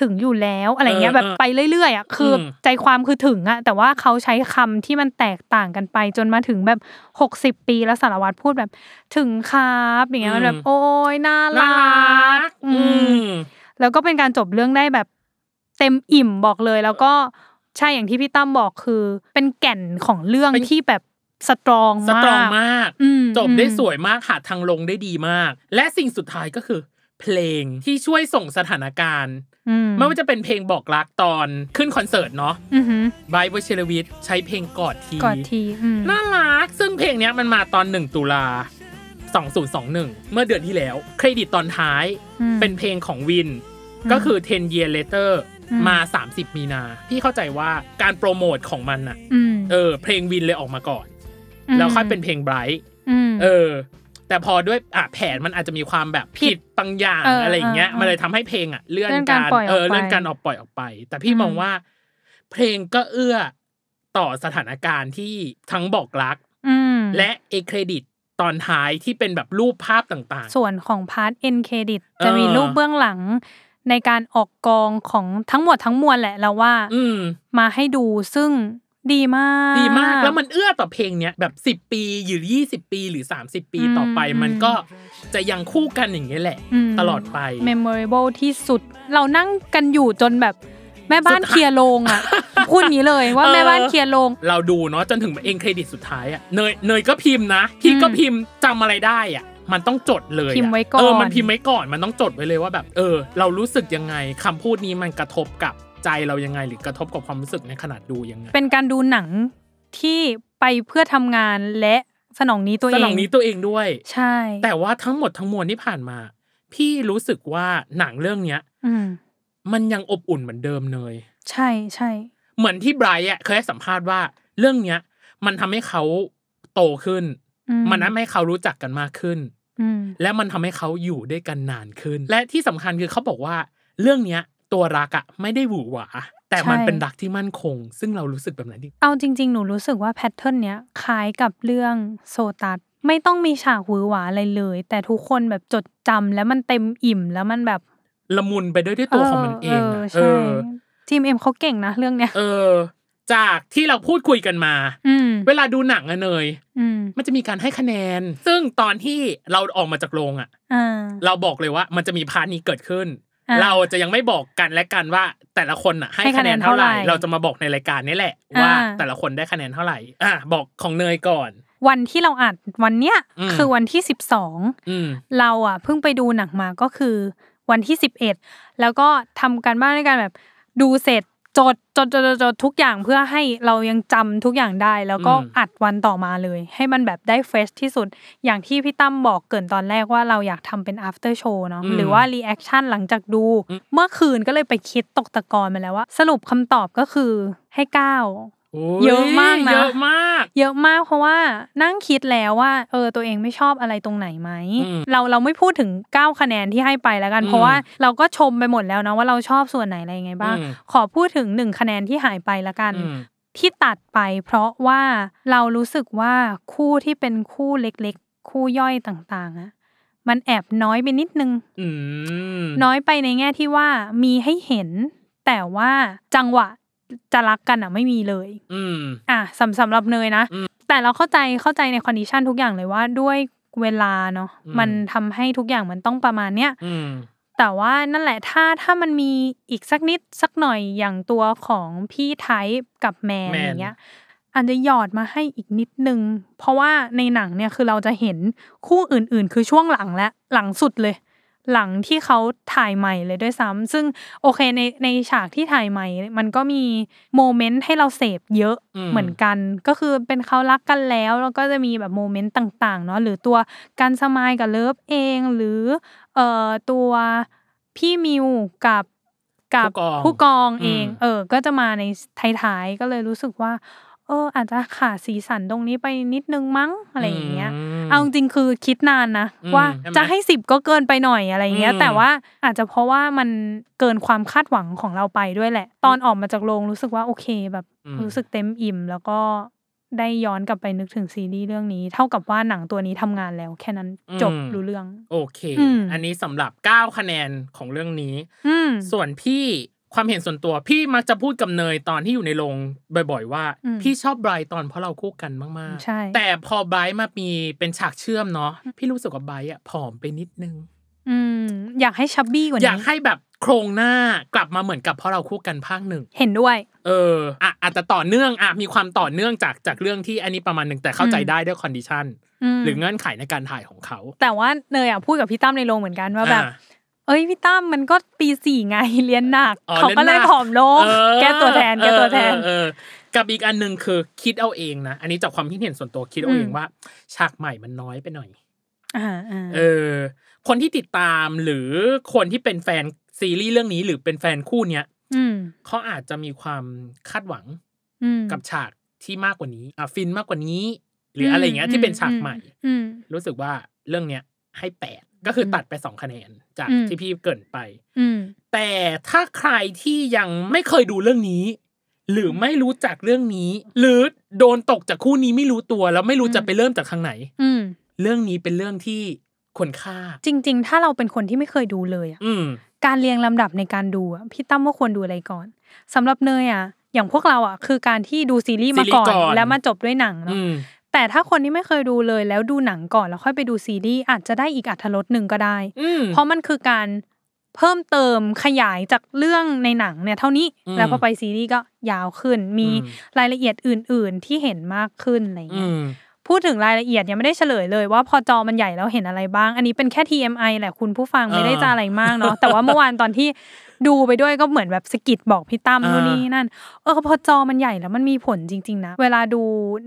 ถึงอยู่แล้วอะไรเงี้ย
เออ
แบบไปเรื่อยๆอะคืออ
ม
ใจความคือถึงอะแต่ว่าเขาใช้คำที่มันแตกต่างกันไป จนมาถึงแบบ 60 ปีแล้วสารวัตรพูดแบบถึงครับอย่างเงี้ย
อืม
มันแบบโอ้ยน่ารัก
อื
อืม
ม
แล้วก็เป็นการจบเรื่องได้แบบเต็มอิ่มบอกเลย แล้วก็ใช่อย่างที่พี่ตั้มบอกคือ เป็นแก่นของเรื่อง
เป็น
ที่แบบสตรอง
ส
มา
ตรอง
ก
มาก
อืม
จบได้
อืม
สวยมากหาทางลงได้ดีมาก และสิ่งสุดท้ายก็คือ เพลงที่ช่วยส่งสถานการณ์
อืม
ไม่ว่าจะเป็นเพลงบอกรักตอนขึ้นคอนเสิร์ตเนาะ
อือหือบ
ายวชิรวิทย์ใช้เพลงกอดที
กอดทีอืม
น่ารัก ซึ่งเพลงเนี้ยมันมาตอน 1 ตุลา 2021 เมื่อเดือนที่แล้ว เครดิตตอนท้าย
อืม
เป็นเพลงของวิน
อืม
ก็คือ 10 year later
อืม
มา 30 มีนา พี่เข้าใจว่าการโปรโมทของมันอะ
อืม
เออ เพลงวินเลยออกมาก่อน แล้วค่อยเป็นเพลงไบรท์
ม
เออ แต่พอด้วยอ่ะแผนมันอาจจะมีความแบบ
ผิ
ผิ
ด
ดบางอย่าง
เอออ
อะไรอย่างเงี้ย
เออเออ
มันเลยทำให้เพลงอ่ะเลื่อน
เลื่อนกา
การ ร
ปล่อยออก
เออ
ไป
เลื่อนการออกปล่อยออกไป แต่พี่
อืม
มองว่า เพลงก็เอื้อต่อสถานการณ์ที่ทั้งบอกรัก
อืม
และเอเครดิต ตอนท้ายที่เป็นแบบรูปภาพต่าง
ส่วนของพาร์ทเอ็นเครดิต
เออ
จะมีรูปเบื้องหลังในการออกกองของทั้งหมดทั้งมวลแหละเราว่า
ๆ อืม
มาให้ดูซึ่งดีมาก
ดีมากแล้วมันเอื้อต่อเพลงเนี้ยแบบสิบ10 ปีหรือยี่สิบปีหรือสามสิบปีต่อไป
อืม
มันก็จะยังคู่กันอย่างนี้ยแหละ
ม
ตลอดไป
memorable ที่สุดเรานั่งกันอยู่จนแบบแม่บ้านเคลียร์โรง
<laughs>
อ่ะ พูดอย่างนี้เลยว่า
เออ
แม่บ้านเคลียร์โรง
เราดูเนาะจนถึงเองเครดิตสุดท้ายอะเนยเนยก็พิมพ์นะพี่ก็พิมพ์จำอะไรได้อะมันต้องจดเลยะ
พิมพ์ไว้ก่อน
เออมันพิมพ์ไว้ก่อนมันต้องจดไว้เลยว่าแบบ เออ เรารู้สึกยังไงคำพูดนี้มันกระทบกับใจเรายังไง หรือกระทบกับความรู้สึกในขนาดดูยังไง
เป็นการดูหนังที่ไปเพื่อทำงานและสนองนี้ตัว
ส
เอ
ลั
ง
งนี้ตัวเองด้วย
ใช่
แต่ว่าทั้งหมดทั้งมวลที่ผ่านมา พี่รู้สึกว่าหนังเรื่องเนี้ย
อืม
มันยังอบอุ่นเหมือนเดิมเนย
ใช่ใช่
เหมือนที่ไบรท์อะเคยให้สัมภาษณ์ว่าเรื่องเนี้ย มันทำให้เขาโตขึ้น
อื
มันทำให้เขารู้จักกันมากขึ้น
อืม
และมันทำให้เขาอยู่ด้วยกันนานขึ้น และที่สำคัญคือเขาบอกว่า เรื่องเนี้ย ตัวรักอะไม่ได้หวือหวา แต่มันเป็นรักที่มั่นคง ซึ่งเรารู้สึกแบบนั้นดิ
เอาจริง ๆ หนูรู้สึกว่าแพทเทิร์นเนี้ยคล้ายกับเรื่องโซตัสไม่ต้องมีฉากหวือหวาอะไรเลย แต่ทุกคนแบบจดจำแล้วมันเต็มอิ่มแล้วมันแบบ
ละมุนไปด้วยด้วยตัวของมันเอง
เอ
อะเอ
อใช่
อ
ทีมเอ็มเขาเก่งนะเรื่องเนี้ย
เออ จากที่เราพูดคุยกันมา
อืม
เวลาดูหนังอะเนย
อืม
มันจะมีการให้คะแนน ซึ่งตอนที่เราออกมาจากโรงอะ
อ่า
เราบอกเลยว่ามันจะมีพาร์ทนี้เกิดขึ้น
อ่า
เราจะยังไม่บอกกันและกันว่า แต่ละคนอ่ะให้
ให้
คะ
คะ
แน
แน
น
น
เท่า
เท่า
ไห
ไหร่
ร่เราจะมาบอกในรายการนี่แหละ ว่า
อ่า
แต่ละคนได้คะแนนเท่าไหร่ อ่ะบอกของเนยก่อน
วันที่เราอัดวันเนี้ย
อืม
คือวันที่สิบสอง
อืม
เราอ่ะเพิ่งไปดูหนังมาก็คือ วันที่สิบเอ็ดแล้วก็ทำการบ้านในการแบบ ดูเสร็จจดจดจดจดจดทุกอย่างเพื่อให้เรายังจำทุกอย่างได้ แล้วก็
อืม
อัดวันต่อมาเลย ให้มันแบบได้เฟรชที่สุดอย่างที่พี่ตั้มบอกเกรินตอนแรกว่าเราอยากทำเป็น after show เนาะหรือว่า reaction หลังจากดู เมื่อคืนก็เลยไปคิดตกตะกอนมาแล้วว่า สรุปคำตอบก็คือให้เก้า
โอ้
เยอะมากนะ
เยอะมาก
เยอะมากเพราะว่านั่งคิดแล้วว่า เออตัวเองไม่ชอบอะไรตรงไหนไหม
อืม
เราเราไม่พูดถึง 9 คะแนนที่ให้ไปแล้วกัน
อืม
เพราะว่าเราก็ชมไปหมดแล้วนะว่าเราชอบส่วนไหนอะไรยังไงบ้าง
อืม
ขอพูดถึง 1 คะแนนที่หายไปละกัน
อืม
ที่ตัดไปเพราะว่าเรารู้สึกว่าคู่ที่เป็นคู่เล็กๆ คู่ย่อยต่างๆอะมันแอบน้อยไปนิดนึง
อืม
น้อยไปในแง่ที่ว่ามีให้เห็น แต่ว่าจังหวะจะรักกันอะไม่มีเลย
อืม
อ่ะสำสำหรับเนยนะ แต่เราเข้าใจเข้าใจในคอนดิชันทุกอย่างเลยว่าด้วยเวลาเนาะ
อืม
มันทำให้ทุกอย่างมันต้องประมาณเนี้ย
อืม
แต่ว่านั่นแหละถ้าถ้ามันมีอีกสักนิดสักหน่อยอย่างตัวของพี่ไทป์กับแมน
แมน
อย่างเงี้ยอาจจะหยอดมาให้อีกนิดนึง เพราะว่าในหนังเนี่ยคือเราจะเห็นคู่อื่นๆ คือช่วงหลังและหลังสุดเลย หลังที่เขาถ่ายใหม่เลยด้วยซ้ำซึ่งโอเคในในฉากที่ถ่ายใหม่ มันก็มีโมเมนต์ให้เราเสพเยอะ
อืม
เหมือนกัน ก็คือเป็นเขารักกันแล้ว แล้วก็จะมีแบบโมเมนต์ต่างๆเนาะหรือตัวการสมายกับเลิฟเองหรือเอ่อตัวพี่มิวกับกั
ผู้กอง
ผู้กองเอง
อืม
เออ ก็จะมาในท้ายๆก็เลยรู้สึกว่า เออ อาจจะขาดสีสันตรงนี้ไปนิดนึงมั้งอะไรอย่างเงี้ย
ม
เอาจริงๆคือคิดนานนะ
อืม
ว่า
ใช่ไหม
จะให้สิบก็เกินไปหน่อยอะไรอย่างเงี้
อื
ย
ม
แต่ว่าอาจจะเพราะว่ามันเกินความคาดหวังของเราไปด้วยแหละ ตอนออกมาจากโรงรู้สึกว่าโอเคแบบรู้สึกเต็มอิ่ม แล้วก็ได้ย้อนกลับไปนึกถึงซีรีส์เรื่องนี้ เท่ากับว่าหนังตัวนี้ทำงานแล้ว แค่นั้นจบรู้เรื่อง
โอเค
อืม
อันนี้สำหรับ 9 คะแนนของเรื่องนี้
อืม
ส่วนพี่ความเห็นส่วนตัวพี่มักจะพูดกับเนยตอนที่อยู่ในโรงบ่อย ๆ ว่า
อืม
พี่ชอบไบรท์ตอนเพราะเราคู่กันมากๆ
ใช่
แต่พอไบรท์มามีเป็นฉากเชื่อมเนาะพี่รู้สึกว่าไบรท์อะผอมไปนิดนึง
อืมอยากให้ชับบี้กว่า
อยาก
นี้
ให้แบบโครงหน้ากลับมาเหมือนกับเพราะเราคู่กันภาคหนึ่ง
เห็นด้วย
เอออ่ะอาจจะต่อเนื่องอ่ะมีความต่อเนื่องจากจากเรื่องที่อันนี้ประมาณหนึ่งแต่เข้าใจ
อืม
ได้ด้วยคอนดิชัน
อืม
หรือเงื่อนไขในการถ่ายของเขา
แต่ว่าเนยอ่ะพูดกับพี่ตั้มในโรงเหมือนกันว่าแบบ
อ่ะ
เอ้ยพี่ตั้มมันก็ปีสี่ไงเรียนหนัก
อ๋อ
เขาก็เลย
นหน้
ผอมลง
เออ
แก้ตัวแทนแก้ตัวแทน
เออเออเออกับอีกอันหนึ่งคือคิดเอาเองนะ อันนี้จากความคิดเห็นส่วนตัวคิดเอาเอง
อืม
ว่า ฉากใหม่มันน้อยไปหน่อย
อ่าอ่า
เออ คนที่ติดตามหรือคนที่เป็นแฟนซีรีส์เรื่องนี้หรือเป็นแฟนคู่เนี้ย
อืม
เขาอาจจะมีความคาดหวัง
อืม
กับฉากที่มากกว่านี้อ่ะฟินมากกว่านี้ หรืออะไรอย่างเงี้ย
อืม
ที่เป็นฉาก
อืม
ใหม่
อืม
รู้สึกว่าเรื่องเนี้ยให้แปดก็คือตัดไปสองคะแนนจาก
อืม
ที่พี่เกรินไป
อืม
แต่ถ้าใครที่ยังไม่เคยดูเรื่องนี้ หรือไม่รู้จักเรื่องนี้ หรือโดนตกจากคู่นี้ไม่รู้ตัวแล้วไม่รู้จะไปเริ่มจากทางไหน
อืม
เรื่องนี้เป็นเรื่องที่ควรค่า
จริง ๆ ถ้าเราเป็นคนที่ไม่เคยดูเลยอะ
อืม
การเรียงลำดับในการดูอะพี่ตั้มว่าควรดูอะไรก่อนสำหรับเนยอะอย่างพวกเราอะคือการที่ดูซีรีส์มาก่อน
ซีรีส์ก่อน
แล้วมาจบด้วยหนังเนาะ
อืม
แต่ถ้าคนที่ไม่เคยดูเลยแล้วดูหนังก่อนแล้วค่อยไปดูซีรีส์อาจจะได้อีกอัธรสหนึ่งก็ได้
อืม
เพราะมันคือการเพิ่มเติมขยายจากเรื่องในหนังเนี่ยเท่านี้
อืม
แล้วพอไปซีรีส์ก็ยาวขึ้น มี
อืม
รายละเอียดอื่น ๆ ที่เห็นมากขึ้นอะไรอย่าง
อื
เงี้ย
ม
พูดถึงรายละเอียดยังไม่ได้เฉลยเลยว่าพอจอมันใหญ่แล้วเห็นอะไรบ้าง อันนี้เป็นแค่ TMI แหละคุณผู้ฟัง
อ่า
ไม่ได้จะอะไรมาก
<laughs>
เนาะแต่ว่าเมื่อวานตอนที่ดูไปด้วยก็เหมือนแบบสะกิดบอกพี่ตั้ม
อ่า
นู่นนี่นั่นเออพอจอมันใหญ่แล้วมันมีผลจริง ๆ นะ เวลาดู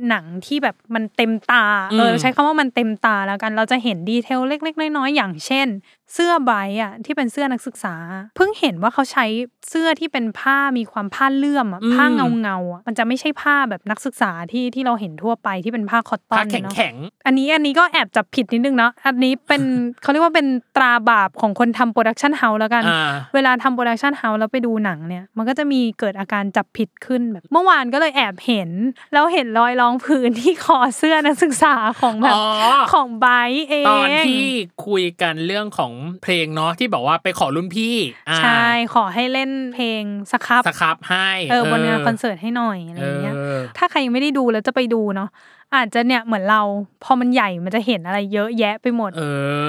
หนังที่แบบมันเต็มตา เออ
อืม
ใช้คำว่ามันเต็มตาแล้วกันเราจะเห็นดีเทลเล็ก ๆ น้อยๆอย่างเช่น เสื้อใบอ่ะที่เป็นเสื้อนักศึกษา เพิ่งเห็นว่าเขาใช้เสื้อที่เป็นผ้ามีความผ้าเลื่อมอะ
อืม
ผ้าเงาเงาๆอะมันจะไม่ใช่ผ้าแบบนักศึกษาที่ที่เราเห็นทั่วไปที่เป็นผ้าคอตตอ
ภาน คแข็ง
เนาะ
แข็ง
อันนี้อันนี้ก็แอบจับผิดนิดนึงเนาะอันนี้เป็น เขาเรียกว่าเป็นตราบาปของคนทำโปรดักชันเฮาส์แล้วกัน
อ่า
เวลาทำโปรดักชันเฮาส์แล้วไปดูหนังเนี่ย มันก็จะมีเกิดอาการจับผิดขึ้นแบบเมื่อวานก็เลยแอบเห็น แล้วเห็นรอยรองพื้นที่คอเสื้อนักศึกษาของแบบ
อ๋อ
ของไบร์ทเอง
ตอนที่คุยกันเรื่องของเพลงเนาะที่บอกว่าไปขอรุ่นพี่อ่า
ใช่ ขอให้เล่นเพลงสครับ
สครับให้
เออบนงานคอนเสิร์ตให้หน่อยอะไร
เอ
เงี้ย
อ
ถ้าใครยังไม่ได้ดูแล้วจะไปดูเนาะอาจจะเนี่ยเหมือนเรา พอมันใหญ่มันจะเห็นอะไรเยอะแยะไปหมด
เอ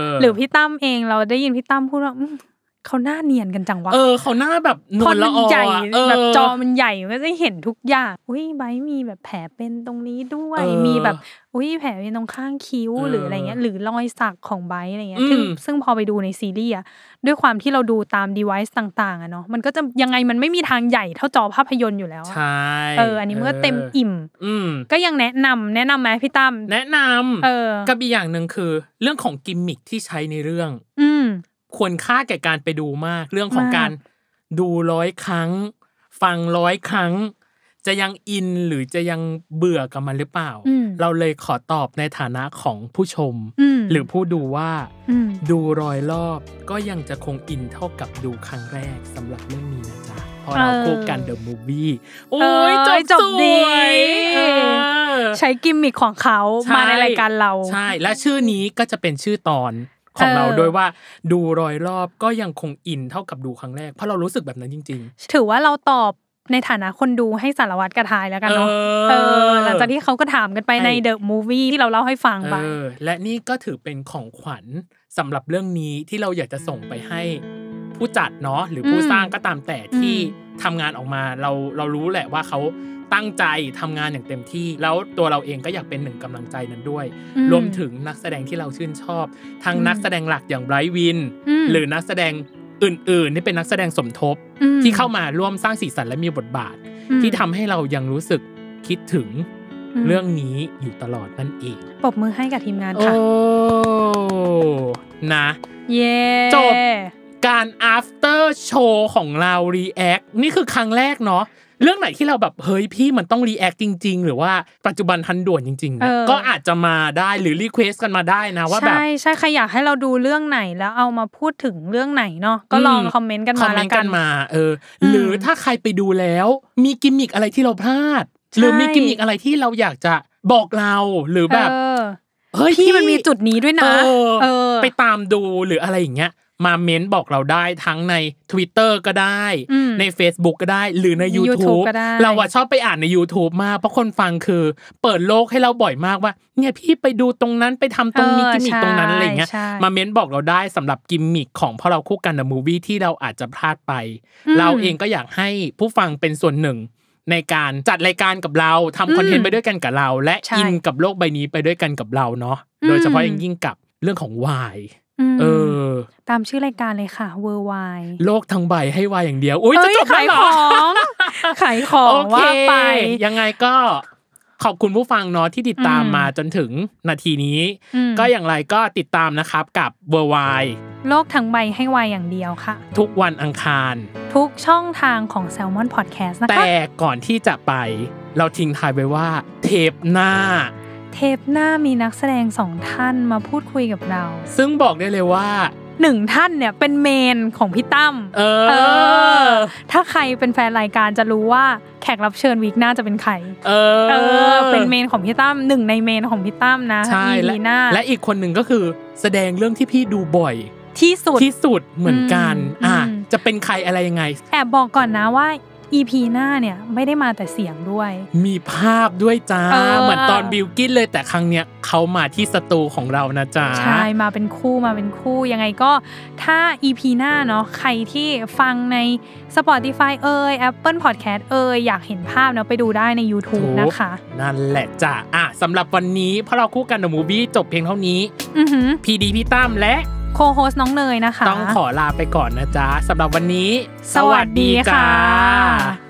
อ
หรือพี่ตั้มเองเราได้ยินพี่ตั้มพูดว่าอืมเขาหน้าเนียนกันจังวะ
เออเขาหน้าแบบน
พ
ว
อ
ล
มั
ละ
น
ออ
ใหญ่
อะเออ
แบบจอมันใหญ่มันก็จะเห็นทุกอย่างอุ้ยไบร์ทมีแบบแผลเป็นตรงนี้ด้วย
เออ
มีแบบอุ้ยแผลเป็นตรงข้างคิ้ว
เออ
หรืออะไรเงี้ย หรือรอยสักของไบร์ทอะไรเงี้ย
อืม
ซึ่งซึ่งพอไปดูในซีรีส์อะด้วยความที่เราดูตาม device ต่างๆอะเนาะมันก็จะยังไงมันไม่มีทางใหญ่เท่าจอภาพยนตร์อยู่แล้วอะ
ใช่
เอออันนี้มันก็เต็มอิ่ม
อืม
ก็ยังแนะนำแนะนำไหมพี่ตั้ม
แนะนำ
เออ
กับอีกอย่างหนึ่งคือ เรื่องของกิมมิคที่ใช้ในเรื่อง
อืม
ควรค่าแก่การไปดูมาก เรื่องของ
มาก
การดูร้อยครั้ง ฟังร้อยครั้ง จะยังอินหรือจะยังเบื่อกับมันหรือเปล่า
อืม
เราเลยขอตอบในฐานะของผู้ชม
อืม
หรือผู้ดูว่า
ม
ดูร้อยรอบก็ยังจะคงอินเท่ากับดูครั้งแรกสำหรับเรื่องนี้นะจ๊ะเพราะเราคู่กันเดอะมูฟวี่โอ้ยจบ
จบ
ส
ดี
วย
เออ
เออ
ใช้กิมมิคของเขา
ใช่
มาในรายการเรา
ใช่ และชื่อนี้ก็จะเป็นชื่อตอนของ
เออ
เราด้วยว่าดูรอยรอบก็ยังคงอินเท่ากับดูครั้งแรก เพราะเรารู้สึกแบบนั้นจริง
ถือว่าเราตอบในฐานะคนดูให้สารวัตรกระทายแล้ว
ๆ
กันเนาะ
เอ
เอ
อ
อ หลังจากที่เขาก็ถามกันไป
ใช่
ในเดอะมูวี่ที่เราเล่าให้ฟังไป
เออและนี่ก็ถือเป็นของขวัญสำหรับเรื่องนี้ที่เราอยากจะส่งไปให้ผู้จัดเนาะหรือผู้
อืม
สร้างก็ตามแต่ที่
อื
ทำงานออกมาเราเรารู้แหละว่าเขาตั้งใจทำงานอย่างเต็มที่ แล้วตัวเราเองก็อยากเป็นหนึ่งกำลังใจนั้นด้วย
อืม
รวมถึงนักแสดงที่เราชื่นชอบ ทั้ง
อืม
นักแสดงหลักอย่างไบรท์วิน
อืม
หรือนักแสดงอื่นๆที่เป็นนักแสดงสมทบ
อืม
ที่เข้ามาร่วมสร้างสีสันและมีบทบาท
อืม
ที่ทำให้เรายังรู้สึกคิดถึง
ม
เรื่องนี้อยู่ตลอดนั่นเอง
ปรบมือให้กับทีมงานค่ะ
โอ้นะ
เย่
จบ การ after show ของเรา react นี่คือครั้งแรกเนาะ เรื่องไหนที่เราแบบเฮ้ยพี่มันต้อง react จริง ๆ หรือว่าปัจจุบันทันด่วนจริงๆเนี่ยก็อาจจะมาได้หรือ request กันมาได้นะว่าแบบ
ใช่ใช่ใครอยากให้เราดูเรื่องไหนแล้วเอามาพูดถึงเรื่องไหนเนาะก็ลอง
อืม
คอมเมนต์กัน
คอ
มาม
เม
แล้
น
ว
ต์
กั
กัน นมาเอออ
ม
หรือถ้าใครไปดูแล้ว มีกิมมิคอะไรที่เราพลาด หรือ
ใช่
มีกิมมิคอะไรที่เราอยากจะบอกเราหรือแบบ
เออ
เฮ้ย
พี่มันมีจุดนี้ด้วยนะ
เออ
เออ
ไปตามดูหรืออะไรอย่างเงี้ย มาเม้นบอกเราได้ทั้งใน Twitter ก็ได้
อืม
ใน Facebook ก็ได้ หรือใน
ใน
YouTube,
YouTube ก็ได้
เราอะชอบไปอ่านใน YouTube มาก เพราะคนฟังคือ เปิดโลกให้เราบ่อยมากว่า เนี่ยพี่ไปดูตรงนั้นไปทำตรงนี้
เออ
กิมมิคตรงนั้นอะไรอย่างเงี้ย
ใช่
มาเม้นบอกเราได้สำหรับกิมมิคของพอเราคู่กันนะมูวี่ที่เราอาจจะพลาดไป
อืม
เราเองก็อยากให้ผู้ฟังเป็นส่วนหนึ่ง ในการจัดรายการกับเราทำคอนเทน
อื
ต์
ม
ไปด้วยกันกับเรา และ
ใช่
อินกับโลกใบนี้ไปด้วยกันกับเราเนาะ
อืม
โดยเฉพาะอย่างยิ่งกับเรื่องของวาย
ม
เออ
ตามชื่อรายการเลยค่ะ Worldwide
โลกทั้งใบให้วายอย่างเดียวอุ้ยจะจบแล้
ขา
วย เหร
ข
อ
อง ขายของ
โอเค
ว่าไป
ยังไงก็ขอบคุณผู้ฟังเนาะที่ติดตาม
อืม
มาจนถึงนาทีนี้
อืม
ก็อย่างไรก็ติดตามนะครับกับเวอร์วาย
โลกทั้งใบให้วายอย่างเดียวค่ะ
ทุกวันอังคาร
ทุกช่องทางของ Salmon Podcast นะคะ
แต่ก่อนที่จะไปเราทิ้งทายไว้ว่า เทปหน้า
เทปหน้ามีนักแสดงสองท่านมาพูดคุยกับเรา
ซึ่งบอกได้เลยว่า
หนึ่งท่านเนี่ยเป็นเมนของพี่ตั้ม
เออ
เออ ถ้าใครเป็นแฟนรายการจะรู้ว่าแขกรับเชิญวีคหน้าจะเป็นใคร
เออ
เออ เป็นเมนของพี่ตั้มหนึ่งในเมนของพี่ตั้มนะ
ใช่
อี
และ
ลีน่า
และอีกคนหนึ่งก็คือแสดงเรื่องที่พี่ดูบ่อย
ที่สุด
ที่สุดเหมือนกัน
อืม
อ่ะ
อืม
จะเป็นใครอะไรยังไง
แอบบอกก่อนนะว่า EP หน้าเนี่ยไม่ได้มาแต่เสียงด้วย
มีภาพด้วยจ้า
เออ
เหมือนตอนบิวกิ้นเลยแต่ครั้งเนี้ยเขามาที่สตูของเรานะจ๊ะ
ใช่มาเป็นคู่มาเป็นคู่ยังไงก็ถ้า EP หน้าเนาะใครที่ฟังใน Spotify เอ่ย Apple Podcast เอ่ยอยากเห็นภาพเนาะไปดูได้ใน YouTube
ถูก
นะคะ
นั่นแหละจ้ะอ่ะสำหรับวันนี้เพราะเราคู่กันเดอะมูฟี่จบเพียงเท่านี้
อือหือ
พีดีพี่ตั้มและ
โคโฮสน้องเนยนะคะ
ต้องขอลาไปก่อนนะจ๊ะสำหรับวันนี้
สวัสดีค่ะ